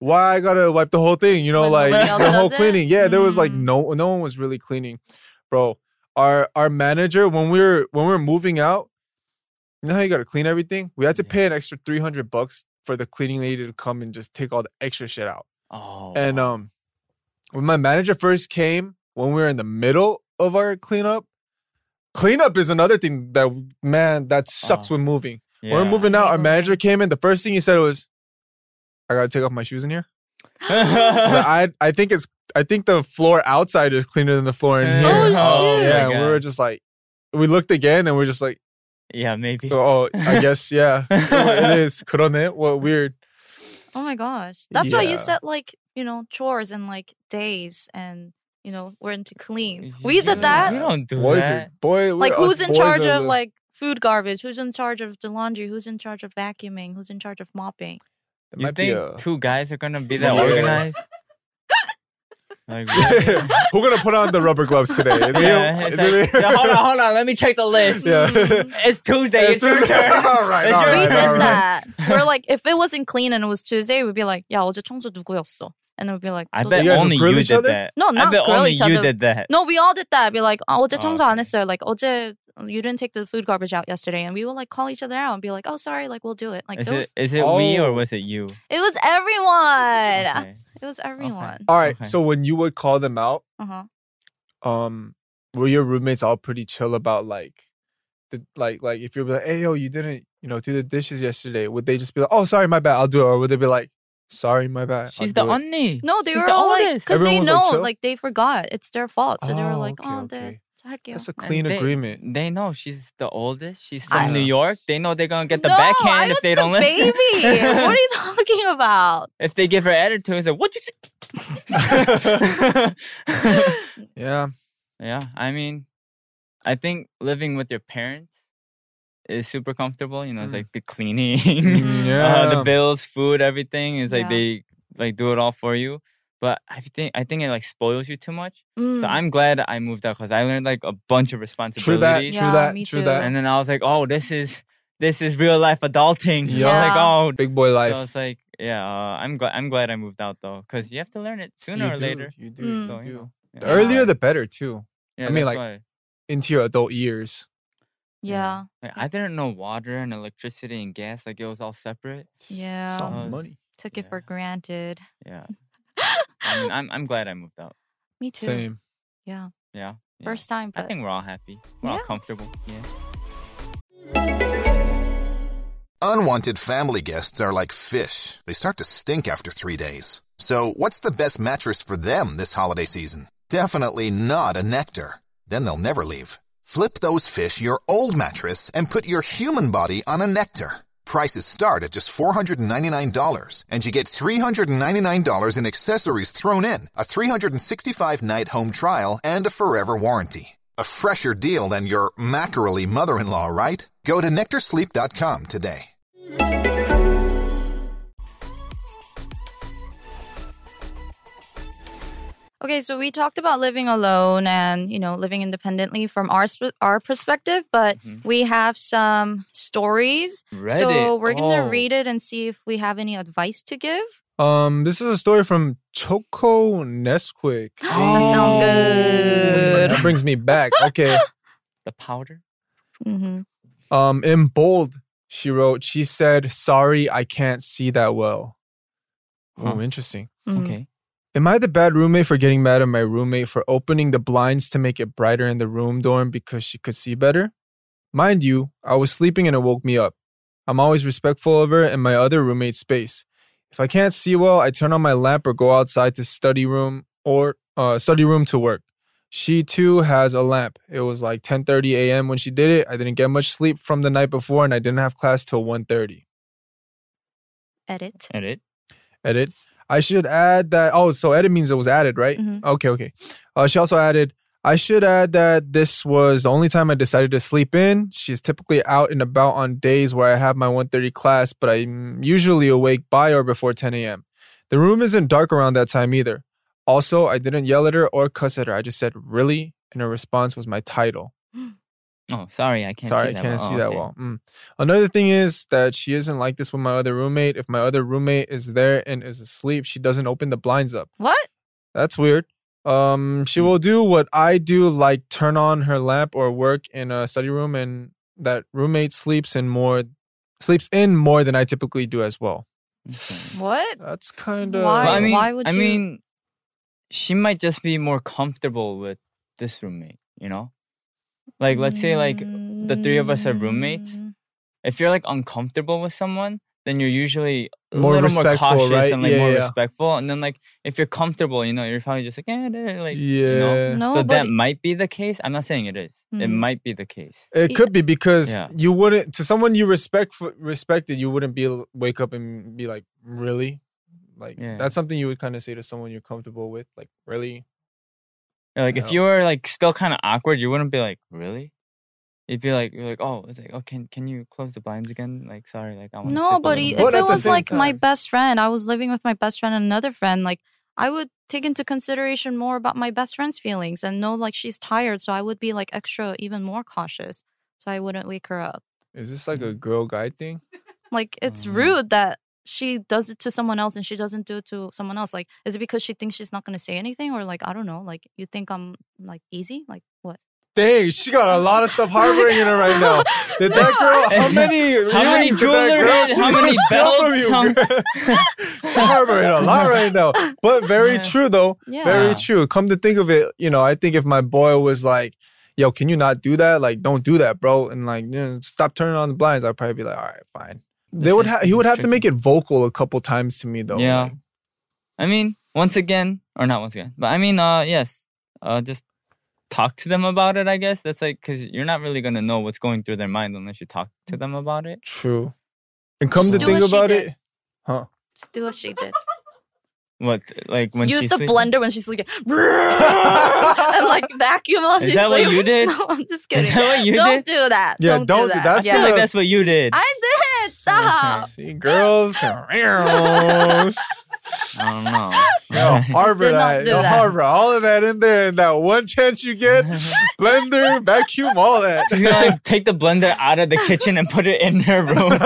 [SPEAKER 3] why I gotta wipe the whole thing? You know,
[SPEAKER 5] When nobody
[SPEAKER 3] like
[SPEAKER 5] else
[SPEAKER 3] the whole
[SPEAKER 5] does it?
[SPEAKER 3] cleaning. Yeah, there was like
[SPEAKER 5] Mm.
[SPEAKER 3] no no one was really cleaning, bro. Our our manager when we were when we were moving out, you know how you gotta clean everything. We had to
[SPEAKER 4] Yeah.
[SPEAKER 3] pay an extra three hundred bucks for the cleaning lady to come and just take all the extra shit out.
[SPEAKER 4] oh.
[SPEAKER 3] And um, when my manager first came, when we were in the middle of our cleanup, cleanup is another thing that man that sucks
[SPEAKER 4] Oh.
[SPEAKER 3] when moving.
[SPEAKER 4] yeah.
[SPEAKER 3] When we're moving out, our
[SPEAKER 5] Moving.
[SPEAKER 3] manager came in. The first thing he said was, "I gotta take off my shoes in here." I was like,
[SPEAKER 4] oh,
[SPEAKER 3] I I think it's I think the floor outside is cleaner than the floor in here.
[SPEAKER 5] Oh,
[SPEAKER 4] my
[SPEAKER 5] shit.
[SPEAKER 3] yeah, and we
[SPEAKER 4] God.
[SPEAKER 3] were just like. We looked again and we're just like,
[SPEAKER 4] yeah, maybe.
[SPEAKER 3] oh, I guess, yeah, it is. 그러네? What weird.
[SPEAKER 5] Oh my gosh. That's why
[SPEAKER 3] Yeah.
[SPEAKER 5] you set like, you know, chores and like days and, you know, we're into clean. We
[SPEAKER 4] You-
[SPEAKER 5] did that.
[SPEAKER 4] You don't do
[SPEAKER 3] Boys
[SPEAKER 4] that.
[SPEAKER 3] are, boy, we're
[SPEAKER 5] Like
[SPEAKER 3] us
[SPEAKER 5] who's in
[SPEAKER 3] boys
[SPEAKER 5] charge
[SPEAKER 3] are
[SPEAKER 5] of
[SPEAKER 3] the-
[SPEAKER 5] like food garbage? Who's in charge of the laundry? Who's in charge of vacuuming? Who's in charge of mopping?
[SPEAKER 3] It
[SPEAKER 4] You
[SPEAKER 3] might be
[SPEAKER 4] think
[SPEAKER 3] a-
[SPEAKER 4] two guys are gonna be that
[SPEAKER 3] Yeah.
[SPEAKER 4] organized? like, really?
[SPEAKER 3] We're gonna put on the rubber gloves today? Is it-
[SPEAKER 4] yeah, it's
[SPEAKER 3] is it-
[SPEAKER 4] like, "Yeah, hold on, hold on. Let me check the list.
[SPEAKER 3] Yeah.
[SPEAKER 4] It's Tuesday. It's,
[SPEAKER 3] It's
[SPEAKER 4] your
[SPEAKER 3] Tuesday.
[SPEAKER 4] turn.
[SPEAKER 3] All right,
[SPEAKER 4] It's
[SPEAKER 3] all
[SPEAKER 4] your
[SPEAKER 3] right,
[SPEAKER 5] we
[SPEAKER 3] all
[SPEAKER 5] did
[SPEAKER 4] turn.
[SPEAKER 3] right.
[SPEAKER 5] that. We're like, if it wasn't clean and it was Tuesday, we'd be like, yeah, 어제 청소 누구였어? And then we'd be like,
[SPEAKER 4] I
[SPEAKER 5] "너
[SPEAKER 4] bet
[SPEAKER 3] You guys
[SPEAKER 4] only
[SPEAKER 3] grill
[SPEAKER 4] you
[SPEAKER 3] each
[SPEAKER 4] did
[SPEAKER 3] other?
[SPEAKER 4] that.
[SPEAKER 5] No,
[SPEAKER 4] I
[SPEAKER 5] not
[SPEAKER 4] bet
[SPEAKER 5] grill
[SPEAKER 4] only
[SPEAKER 5] each
[SPEAKER 4] you
[SPEAKER 5] other.
[SPEAKER 4] did that.
[SPEAKER 5] No, we all did that. Be like, oh, 어제
[SPEAKER 4] Oh,
[SPEAKER 5] 청소 안
[SPEAKER 4] okay.
[SPEAKER 5] 했어요. Like 어제 you didn't take the food garbage out yesterday, and we will like call each other out and be like, oh sorry, like we'll do it. Like
[SPEAKER 4] Is
[SPEAKER 5] it was
[SPEAKER 4] it is it we or
[SPEAKER 3] Oh.
[SPEAKER 4] was it you?
[SPEAKER 5] it was everyone.
[SPEAKER 4] Okay.
[SPEAKER 5] It was everyone.
[SPEAKER 3] All right.
[SPEAKER 4] Okay.
[SPEAKER 3] So when you would call them out,
[SPEAKER 5] Uh huh.
[SPEAKER 3] um, were your roommates all pretty chill about like, the like like if you're like, hey yo, you didn't you know do the dishes yesterday? Would they just be like, oh sorry, my bad, I'll do it, or would they be like, sorry, my bad? I'll
[SPEAKER 4] She's the
[SPEAKER 3] do it."
[SPEAKER 4] 언니.
[SPEAKER 5] No, they
[SPEAKER 4] She's
[SPEAKER 5] were
[SPEAKER 4] the
[SPEAKER 5] all like,
[SPEAKER 4] oldest.
[SPEAKER 5] because they
[SPEAKER 3] Everyone was, like,
[SPEAKER 5] know,
[SPEAKER 3] chill?
[SPEAKER 5] like they forgot. It's their fault, so they were
[SPEAKER 3] Oh,
[SPEAKER 5] like,
[SPEAKER 3] okay,
[SPEAKER 5] oh,
[SPEAKER 3] okay.
[SPEAKER 5] th- 잘할게요."
[SPEAKER 3] That's a
[SPEAKER 5] And-
[SPEAKER 3] clean
[SPEAKER 4] they-
[SPEAKER 3] agreement.
[SPEAKER 4] They know she's the oldest. She's from
[SPEAKER 5] I-
[SPEAKER 4] New York. They know they're gonna get the
[SPEAKER 5] No, I
[SPEAKER 4] backhand
[SPEAKER 5] was
[SPEAKER 4] if they
[SPEAKER 5] the
[SPEAKER 4] don't listen.
[SPEAKER 5] Baby, what are you talking about?
[SPEAKER 4] If they give her attitude, it's like what you say?
[SPEAKER 3] Yeah.
[SPEAKER 4] yeah, I mean, I think living with your parents is super comfortable. You know, it's
[SPEAKER 3] Mm.
[SPEAKER 4] like the cleaning,
[SPEAKER 5] Mm.
[SPEAKER 3] Yeah.
[SPEAKER 4] uh, the bills, food, everything. It's like
[SPEAKER 5] Yeah.
[SPEAKER 4] they like do it all for you. But I think I think it like spoils you too much.
[SPEAKER 5] Mm.
[SPEAKER 4] So I'm glad I moved out because I learned like a bunch of
[SPEAKER 3] True that. True
[SPEAKER 4] responsibilities.
[SPEAKER 5] Yeah,
[SPEAKER 3] that.
[SPEAKER 5] me
[SPEAKER 3] True
[SPEAKER 5] too.
[SPEAKER 3] that.
[SPEAKER 4] And then I was like, oh, this is this is real life adulting. Yeah. I was like,
[SPEAKER 5] Yeah.
[SPEAKER 4] oh,
[SPEAKER 3] Big boy life.
[SPEAKER 4] so it's like, yeah, uh, I'm glad I'm glad I moved out though, cause you have to learn it sooner
[SPEAKER 3] You
[SPEAKER 4] or
[SPEAKER 3] do,
[SPEAKER 4] later.
[SPEAKER 3] You do.
[SPEAKER 5] Mm.
[SPEAKER 4] So,
[SPEAKER 3] You
[SPEAKER 4] you
[SPEAKER 3] do.
[SPEAKER 4] know, yeah.
[SPEAKER 3] The earlier, the better too.
[SPEAKER 4] yeah,
[SPEAKER 3] I mean,
[SPEAKER 4] that's
[SPEAKER 3] like-
[SPEAKER 4] why,
[SPEAKER 3] Into your adult years.
[SPEAKER 5] yeah,
[SPEAKER 4] like, I didn't know water and electricity and gas, like it was all separate.
[SPEAKER 5] yeah.
[SPEAKER 3] Some
[SPEAKER 4] Uh,
[SPEAKER 3] money.
[SPEAKER 5] Took it
[SPEAKER 4] yeah.
[SPEAKER 5] for granted.
[SPEAKER 4] Yeah, I mean, I'm I'm glad I moved out.
[SPEAKER 5] Me too.
[SPEAKER 3] Same.
[SPEAKER 5] Yeah.
[SPEAKER 4] Yeah, yeah.
[SPEAKER 5] First time,
[SPEAKER 4] I
[SPEAKER 5] but
[SPEAKER 4] think we're all happy. We're all
[SPEAKER 5] Yeah.
[SPEAKER 4] comfortable. Yeah.
[SPEAKER 6] Unwanted family guests are like fish. They start to stink after three days. So, what's the best mattress for them this holiday season? Definitely not a nectar. Then they'll never leave. Flip those fish your old mattress and put your human body on a nectar. Prices start at just $499, and you get $399 in accessories thrown in, a 365 night home trial, and a forever warranty. A fresher deal than your mackerelly mother in law, right? Go to nectarsleep.com today.
[SPEAKER 5] okay. So we talked about living alone and you know living independently from our sp- our perspective, but
[SPEAKER 4] Mhm.
[SPEAKER 5] we have some stories. So
[SPEAKER 4] Reddit.
[SPEAKER 5] we're gonna
[SPEAKER 4] Oh.
[SPEAKER 5] read it and see if we have any advice to give.
[SPEAKER 3] Um, this is a story from Choco Nesquik.
[SPEAKER 5] That sounds
[SPEAKER 4] Oh.
[SPEAKER 5] good.
[SPEAKER 3] That brings me back. Okay.
[SPEAKER 4] The powder.
[SPEAKER 5] hmm
[SPEAKER 3] Um, in bold, she wrote, she said, Sorry, I can't see that well.
[SPEAKER 4] Huh.
[SPEAKER 3] Oh, interesting.
[SPEAKER 5] Mm-hmm.
[SPEAKER 4] Okay.
[SPEAKER 3] Am I the bad roommate for getting mad at my roommate for opening the blinds to make it brighter in the room dorm because she could see better? Mind you, I was sleeping and it woke me up. I'm always respectful of her and my other roommate's space. If I can't see well, I turn on my lamp or go outside to study room or uh, study room to work. She too has a lamp. It was like 10:30 a.m. when she did it. I didn't get much sleep from the night before and I didn't have class till 1:30
[SPEAKER 5] Edit.
[SPEAKER 4] Edit.
[SPEAKER 3] edit. I should add that. Oh, so edit means it was added, right?
[SPEAKER 5] Mhm.
[SPEAKER 3] Okay, okay. Uh, she also added, I should add that this was the only time I decided to sleep in. She is typically out and about on days where I have my 1:30 class, but I'm usually awake by or before 10 a.m. The room isn't dark around that time either. Also, I didn't yell at her or cuss at her. I just said really, and her response was my title.
[SPEAKER 4] Oh, sorry, I can't.
[SPEAKER 3] Sorry,
[SPEAKER 4] see that
[SPEAKER 3] I can't
[SPEAKER 4] well.
[SPEAKER 3] see
[SPEAKER 4] Oh,
[SPEAKER 3] that
[SPEAKER 4] okay.
[SPEAKER 3] well. Mm. Another thing is that she isn't like this with my other roommate. If my other roommate is there and is asleep, she doesn't open the blinds up.
[SPEAKER 5] What?
[SPEAKER 3] That's weird. Um,
[SPEAKER 4] Hmm.
[SPEAKER 3] she will do what I do, like turn on her lamp or work in a study room, and that roommate sleeps in more, sleeps in more than I typically do as well.
[SPEAKER 4] Okay.
[SPEAKER 5] What?
[SPEAKER 3] That's kind of.
[SPEAKER 5] Why-
[SPEAKER 4] Well, I mean,
[SPEAKER 5] why would
[SPEAKER 4] I
[SPEAKER 5] you-
[SPEAKER 4] mean, she might just be more comfortable with this roommate. You know, like let's say like the three of us are roommates.
[SPEAKER 5] Mm.
[SPEAKER 4] if you're like uncomfortable with someone, then you're usually a
[SPEAKER 3] More
[SPEAKER 4] little more
[SPEAKER 3] respectful,
[SPEAKER 4] cautious
[SPEAKER 3] right?
[SPEAKER 4] and like
[SPEAKER 3] Yeah,
[SPEAKER 4] more
[SPEAKER 3] yeah.
[SPEAKER 4] respectful. And then like if you're comfortable, you know, you're probably just like, eh, eh, like you know?
[SPEAKER 3] yeah.
[SPEAKER 5] No,
[SPEAKER 4] so
[SPEAKER 5] but
[SPEAKER 4] that might be the case. I'm not saying it is. It
[SPEAKER 5] Mhm.
[SPEAKER 4] might be the case.
[SPEAKER 3] It
[SPEAKER 5] Yeah.
[SPEAKER 3] could be because
[SPEAKER 4] Yeah.
[SPEAKER 3] you wouldn't to someone you respect respected. You wouldn't be l- wake up and be like, really, like
[SPEAKER 4] Yeah.
[SPEAKER 3] that's something you would kind of say to someone you're comfortable with, like really.
[SPEAKER 4] Yeah, Like
[SPEAKER 3] Yeah.
[SPEAKER 4] if you were like still kind of awkward, you wouldn't be like, really? You'd be like, you're like, oh, it's like, oh, can can you close the blinds again? Like, sorry, like I want.
[SPEAKER 5] No, but
[SPEAKER 3] little
[SPEAKER 5] e-
[SPEAKER 3] bit.
[SPEAKER 5] if
[SPEAKER 3] But
[SPEAKER 5] it
[SPEAKER 3] at the
[SPEAKER 5] was
[SPEAKER 3] same
[SPEAKER 5] like my
[SPEAKER 3] time-
[SPEAKER 5] best friend, I was living with my best friend and another friend, like I would take into consideration more about my best friend's feelings and know like she's tired, so I would be like extra even more cautious. So I wouldn't wake her up.
[SPEAKER 3] Is this like
[SPEAKER 4] Mm-hmm.
[SPEAKER 3] a girl guy thing?
[SPEAKER 5] Like it's
[SPEAKER 4] Mm.
[SPEAKER 5] rude that she does it to someone else and she doesn't do it to someone else. Like is it because she thinks she's not gonna say anything or like I don't know, like you think I'm like easy? Like what?
[SPEAKER 3] Dang, she got a lot of stuff harboring in her right now. Did that girl? How many?
[SPEAKER 4] How many
[SPEAKER 3] earrings did that
[SPEAKER 4] jewelry?
[SPEAKER 3] girl-
[SPEAKER 4] How many
[SPEAKER 3] steal from
[SPEAKER 4] belts?
[SPEAKER 3] you,
[SPEAKER 4] How-
[SPEAKER 3] girl? She's harboring a lot right now. But very true though.
[SPEAKER 5] Yeah.
[SPEAKER 3] Very true. Come to think of it, you know, I think if my boy was like, "Yo, can you not do that? Like, don't do that, bro," and like, "Yeah, "Stop turning on the blinds," I'd probably be like, "All right, fine." They
[SPEAKER 4] This
[SPEAKER 3] would.
[SPEAKER 4] is-
[SPEAKER 3] Ha- he
[SPEAKER 4] this
[SPEAKER 3] would
[SPEAKER 4] is
[SPEAKER 3] have to
[SPEAKER 4] tricky.
[SPEAKER 3] make it vocal a couple times to me though.
[SPEAKER 4] Yeah.
[SPEAKER 3] Like,
[SPEAKER 4] I mean, once again, or not once again, but I mean, uh, yes, uh, just talk to them about it. I guess that's like because you're not really gonna know what's going through their mind unless you talk to them about it.
[SPEAKER 3] True. And come
[SPEAKER 5] Just
[SPEAKER 3] to
[SPEAKER 5] do
[SPEAKER 3] think
[SPEAKER 5] what she
[SPEAKER 3] about
[SPEAKER 5] did.
[SPEAKER 3] it, huh?
[SPEAKER 5] Just do what she did.
[SPEAKER 4] What like when
[SPEAKER 5] Use
[SPEAKER 4] she's
[SPEAKER 5] the
[SPEAKER 4] sleeping?
[SPEAKER 5] blender when she's sleeping. and like vacuum while
[SPEAKER 4] Is
[SPEAKER 5] she's
[SPEAKER 4] that what
[SPEAKER 5] sleeping.
[SPEAKER 4] you did?
[SPEAKER 5] No, I'm just kidding.
[SPEAKER 4] that what you did?
[SPEAKER 5] don't do that.
[SPEAKER 3] Yeah,
[SPEAKER 5] don't,
[SPEAKER 3] don't-
[SPEAKER 5] do that.
[SPEAKER 3] that's
[SPEAKER 4] I feel
[SPEAKER 5] yeah.
[SPEAKER 4] like that's what you did.
[SPEAKER 5] I did. Stop.
[SPEAKER 3] See, girls. Yo,
[SPEAKER 4] I don't know.
[SPEAKER 3] Harvard,
[SPEAKER 5] Did not
[SPEAKER 3] I,
[SPEAKER 5] do
[SPEAKER 3] yo,
[SPEAKER 5] that.
[SPEAKER 3] Harvard, all of that in there, and that one chance you get, blender, vacuum, all that.
[SPEAKER 4] She's gonna like take the blender out of the kitchen and put it in her room.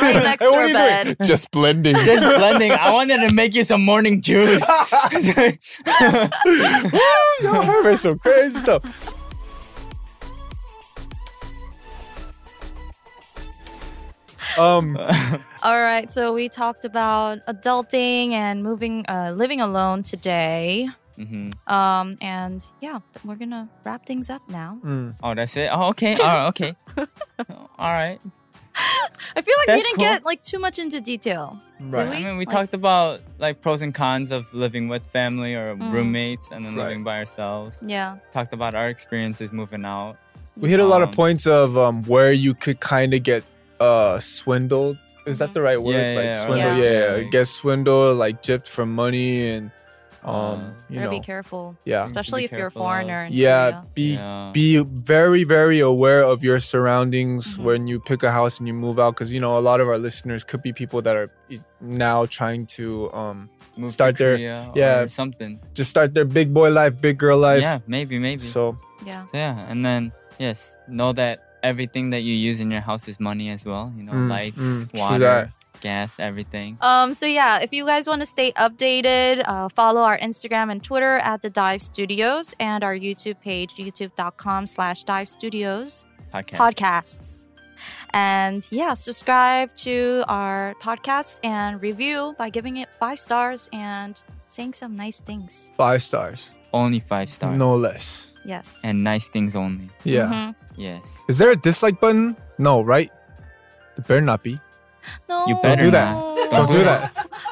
[SPEAKER 5] Right next to
[SPEAKER 3] what
[SPEAKER 5] her
[SPEAKER 3] are you
[SPEAKER 5] bed.
[SPEAKER 3] doing? Just blending.
[SPEAKER 4] Just blending. I wanted to make you some morning juice.
[SPEAKER 3] Yo, Harvard, some crazy stuff. Um,
[SPEAKER 5] All right, so we talked about adulting and moving, uh, living alone today.
[SPEAKER 4] hmm
[SPEAKER 3] Mm-hmm.
[SPEAKER 5] Um, and yeah, we're gonna wrap things up now.
[SPEAKER 3] Mm.
[SPEAKER 4] Oh, that's it. Oh, okay. All right. Okay. All right.
[SPEAKER 5] I feel like we
[SPEAKER 4] That's
[SPEAKER 5] didn't
[SPEAKER 4] cool.
[SPEAKER 5] get like too much into detail.
[SPEAKER 3] right.
[SPEAKER 5] we?
[SPEAKER 4] I mean, we
[SPEAKER 5] Like-
[SPEAKER 4] talked about like pros and cons of living with family or roommates, and then
[SPEAKER 3] Right.
[SPEAKER 4] living by ourselves.
[SPEAKER 5] Yeah,
[SPEAKER 4] Talked about our experiences moving out.
[SPEAKER 3] We hit a lot of
[SPEAKER 4] Um,
[SPEAKER 3] points of um, where you could kind of get uh, swindled. Is that the right word?
[SPEAKER 4] Mm-hmm. Yeah,
[SPEAKER 3] like
[SPEAKER 4] yeah, or
[SPEAKER 3] swindle,
[SPEAKER 5] like-
[SPEAKER 3] yeah,
[SPEAKER 4] Yeah.
[SPEAKER 3] get swindled, like gypped for money, and um,
[SPEAKER 4] Uh,
[SPEAKER 3] you
[SPEAKER 5] better
[SPEAKER 3] know,
[SPEAKER 5] be careful,
[SPEAKER 3] yeah,
[SPEAKER 5] especially
[SPEAKER 4] Be
[SPEAKER 5] if you're a
[SPEAKER 4] careful of-
[SPEAKER 5] foreigner. in
[SPEAKER 3] yeah,
[SPEAKER 5] Korea.
[SPEAKER 3] be
[SPEAKER 4] Yeah.
[SPEAKER 3] be very very aware of your surroundings
[SPEAKER 4] Mm-hmm.
[SPEAKER 5] Mhm.
[SPEAKER 3] when you pick a house and you move out, because you know a lot of our listeners could be people that are e, now trying to um,
[SPEAKER 4] Move
[SPEAKER 3] Start
[SPEAKER 4] to
[SPEAKER 3] there.
[SPEAKER 4] Korea
[SPEAKER 3] Yeah.
[SPEAKER 4] Or something.
[SPEAKER 3] just start their big boy life, big girl life.
[SPEAKER 4] yeah. Maybe. Maybe.
[SPEAKER 3] So
[SPEAKER 5] yeah,
[SPEAKER 4] Yeah, and then yes, know that everything that you use in your house is money as well. You know,
[SPEAKER 3] Mm,
[SPEAKER 4] lights,
[SPEAKER 3] mm, true that.
[SPEAKER 4] water, gas, everything.
[SPEAKER 5] Um, so yeah, if you guys want to stay updated, uh, follow our Instagram and Twitter at the Dive Studios and our YouTube page, youtube.com slash dive studios.
[SPEAKER 4] Podcast.
[SPEAKER 5] podcasts. And yeah, subscribe to our podcast and review by giving it five stars and saying some nice things.
[SPEAKER 3] five stars,
[SPEAKER 4] only five stars.
[SPEAKER 3] no less.
[SPEAKER 5] Yes.
[SPEAKER 4] And nice things only.
[SPEAKER 3] Yeah.
[SPEAKER 5] Mhm.
[SPEAKER 4] Yes.
[SPEAKER 3] Is there a dislike button? No, right? There better not be.
[SPEAKER 5] No.
[SPEAKER 4] You better
[SPEAKER 3] do that.
[SPEAKER 5] Mm-hmm. no.
[SPEAKER 4] Don't
[SPEAKER 3] Don't do that.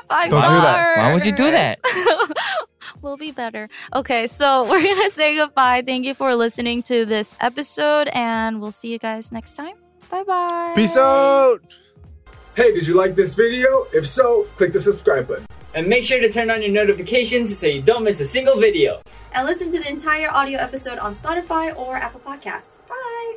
[SPEAKER 5] Five
[SPEAKER 3] Don't
[SPEAKER 5] stars.
[SPEAKER 3] do that.
[SPEAKER 4] Why would you do that?
[SPEAKER 5] we'll be better. Okay, so we're going to say goodbye. Thank you for listening to this episode, and we'll see you guys next time. Bye bye.
[SPEAKER 3] Peace out. Hey, did you like this video? If so, click the subscribe button.
[SPEAKER 7] And make sure to turn on your notifications so you don't miss a single video.
[SPEAKER 5] And listen to the entire audio episode on Spotify or Apple Podcasts. Bye.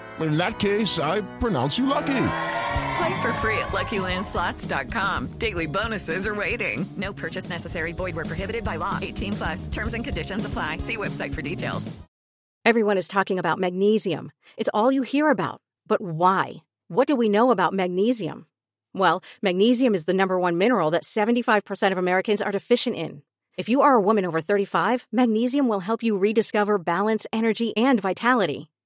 [SPEAKER 8] In that case, I pronounce you lucky.
[SPEAKER 9] Play for free at LuckyLandSlots.com. Daily bonuses are waiting. No purchase necessary. Void were prohibited by law. 18 plus. Terms and conditions apply. See website for details.
[SPEAKER 10] Everyone is talking about magnesium. It's all you hear about. But why? What do we know about magnesium? Well, magnesium is the number one mineral that 75% of Americans are deficient in. If you are a woman over 35, magnesium will help you rediscover balance, energy, and vitality.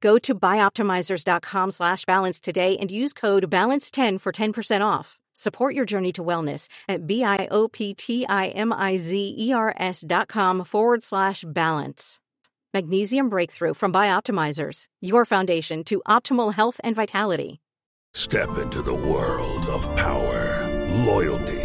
[SPEAKER 10] Go to bioptimizers.com slash balance today and use code BALANCE10 for 10% off. Support your journey to wellness at B I O P T I M I Z E R S dot com forward slash balance. Magnesium Breakthrough from Bioptimizers, your foundation to optimal health and vitality.
[SPEAKER 11] Step into the world of power, loyalty,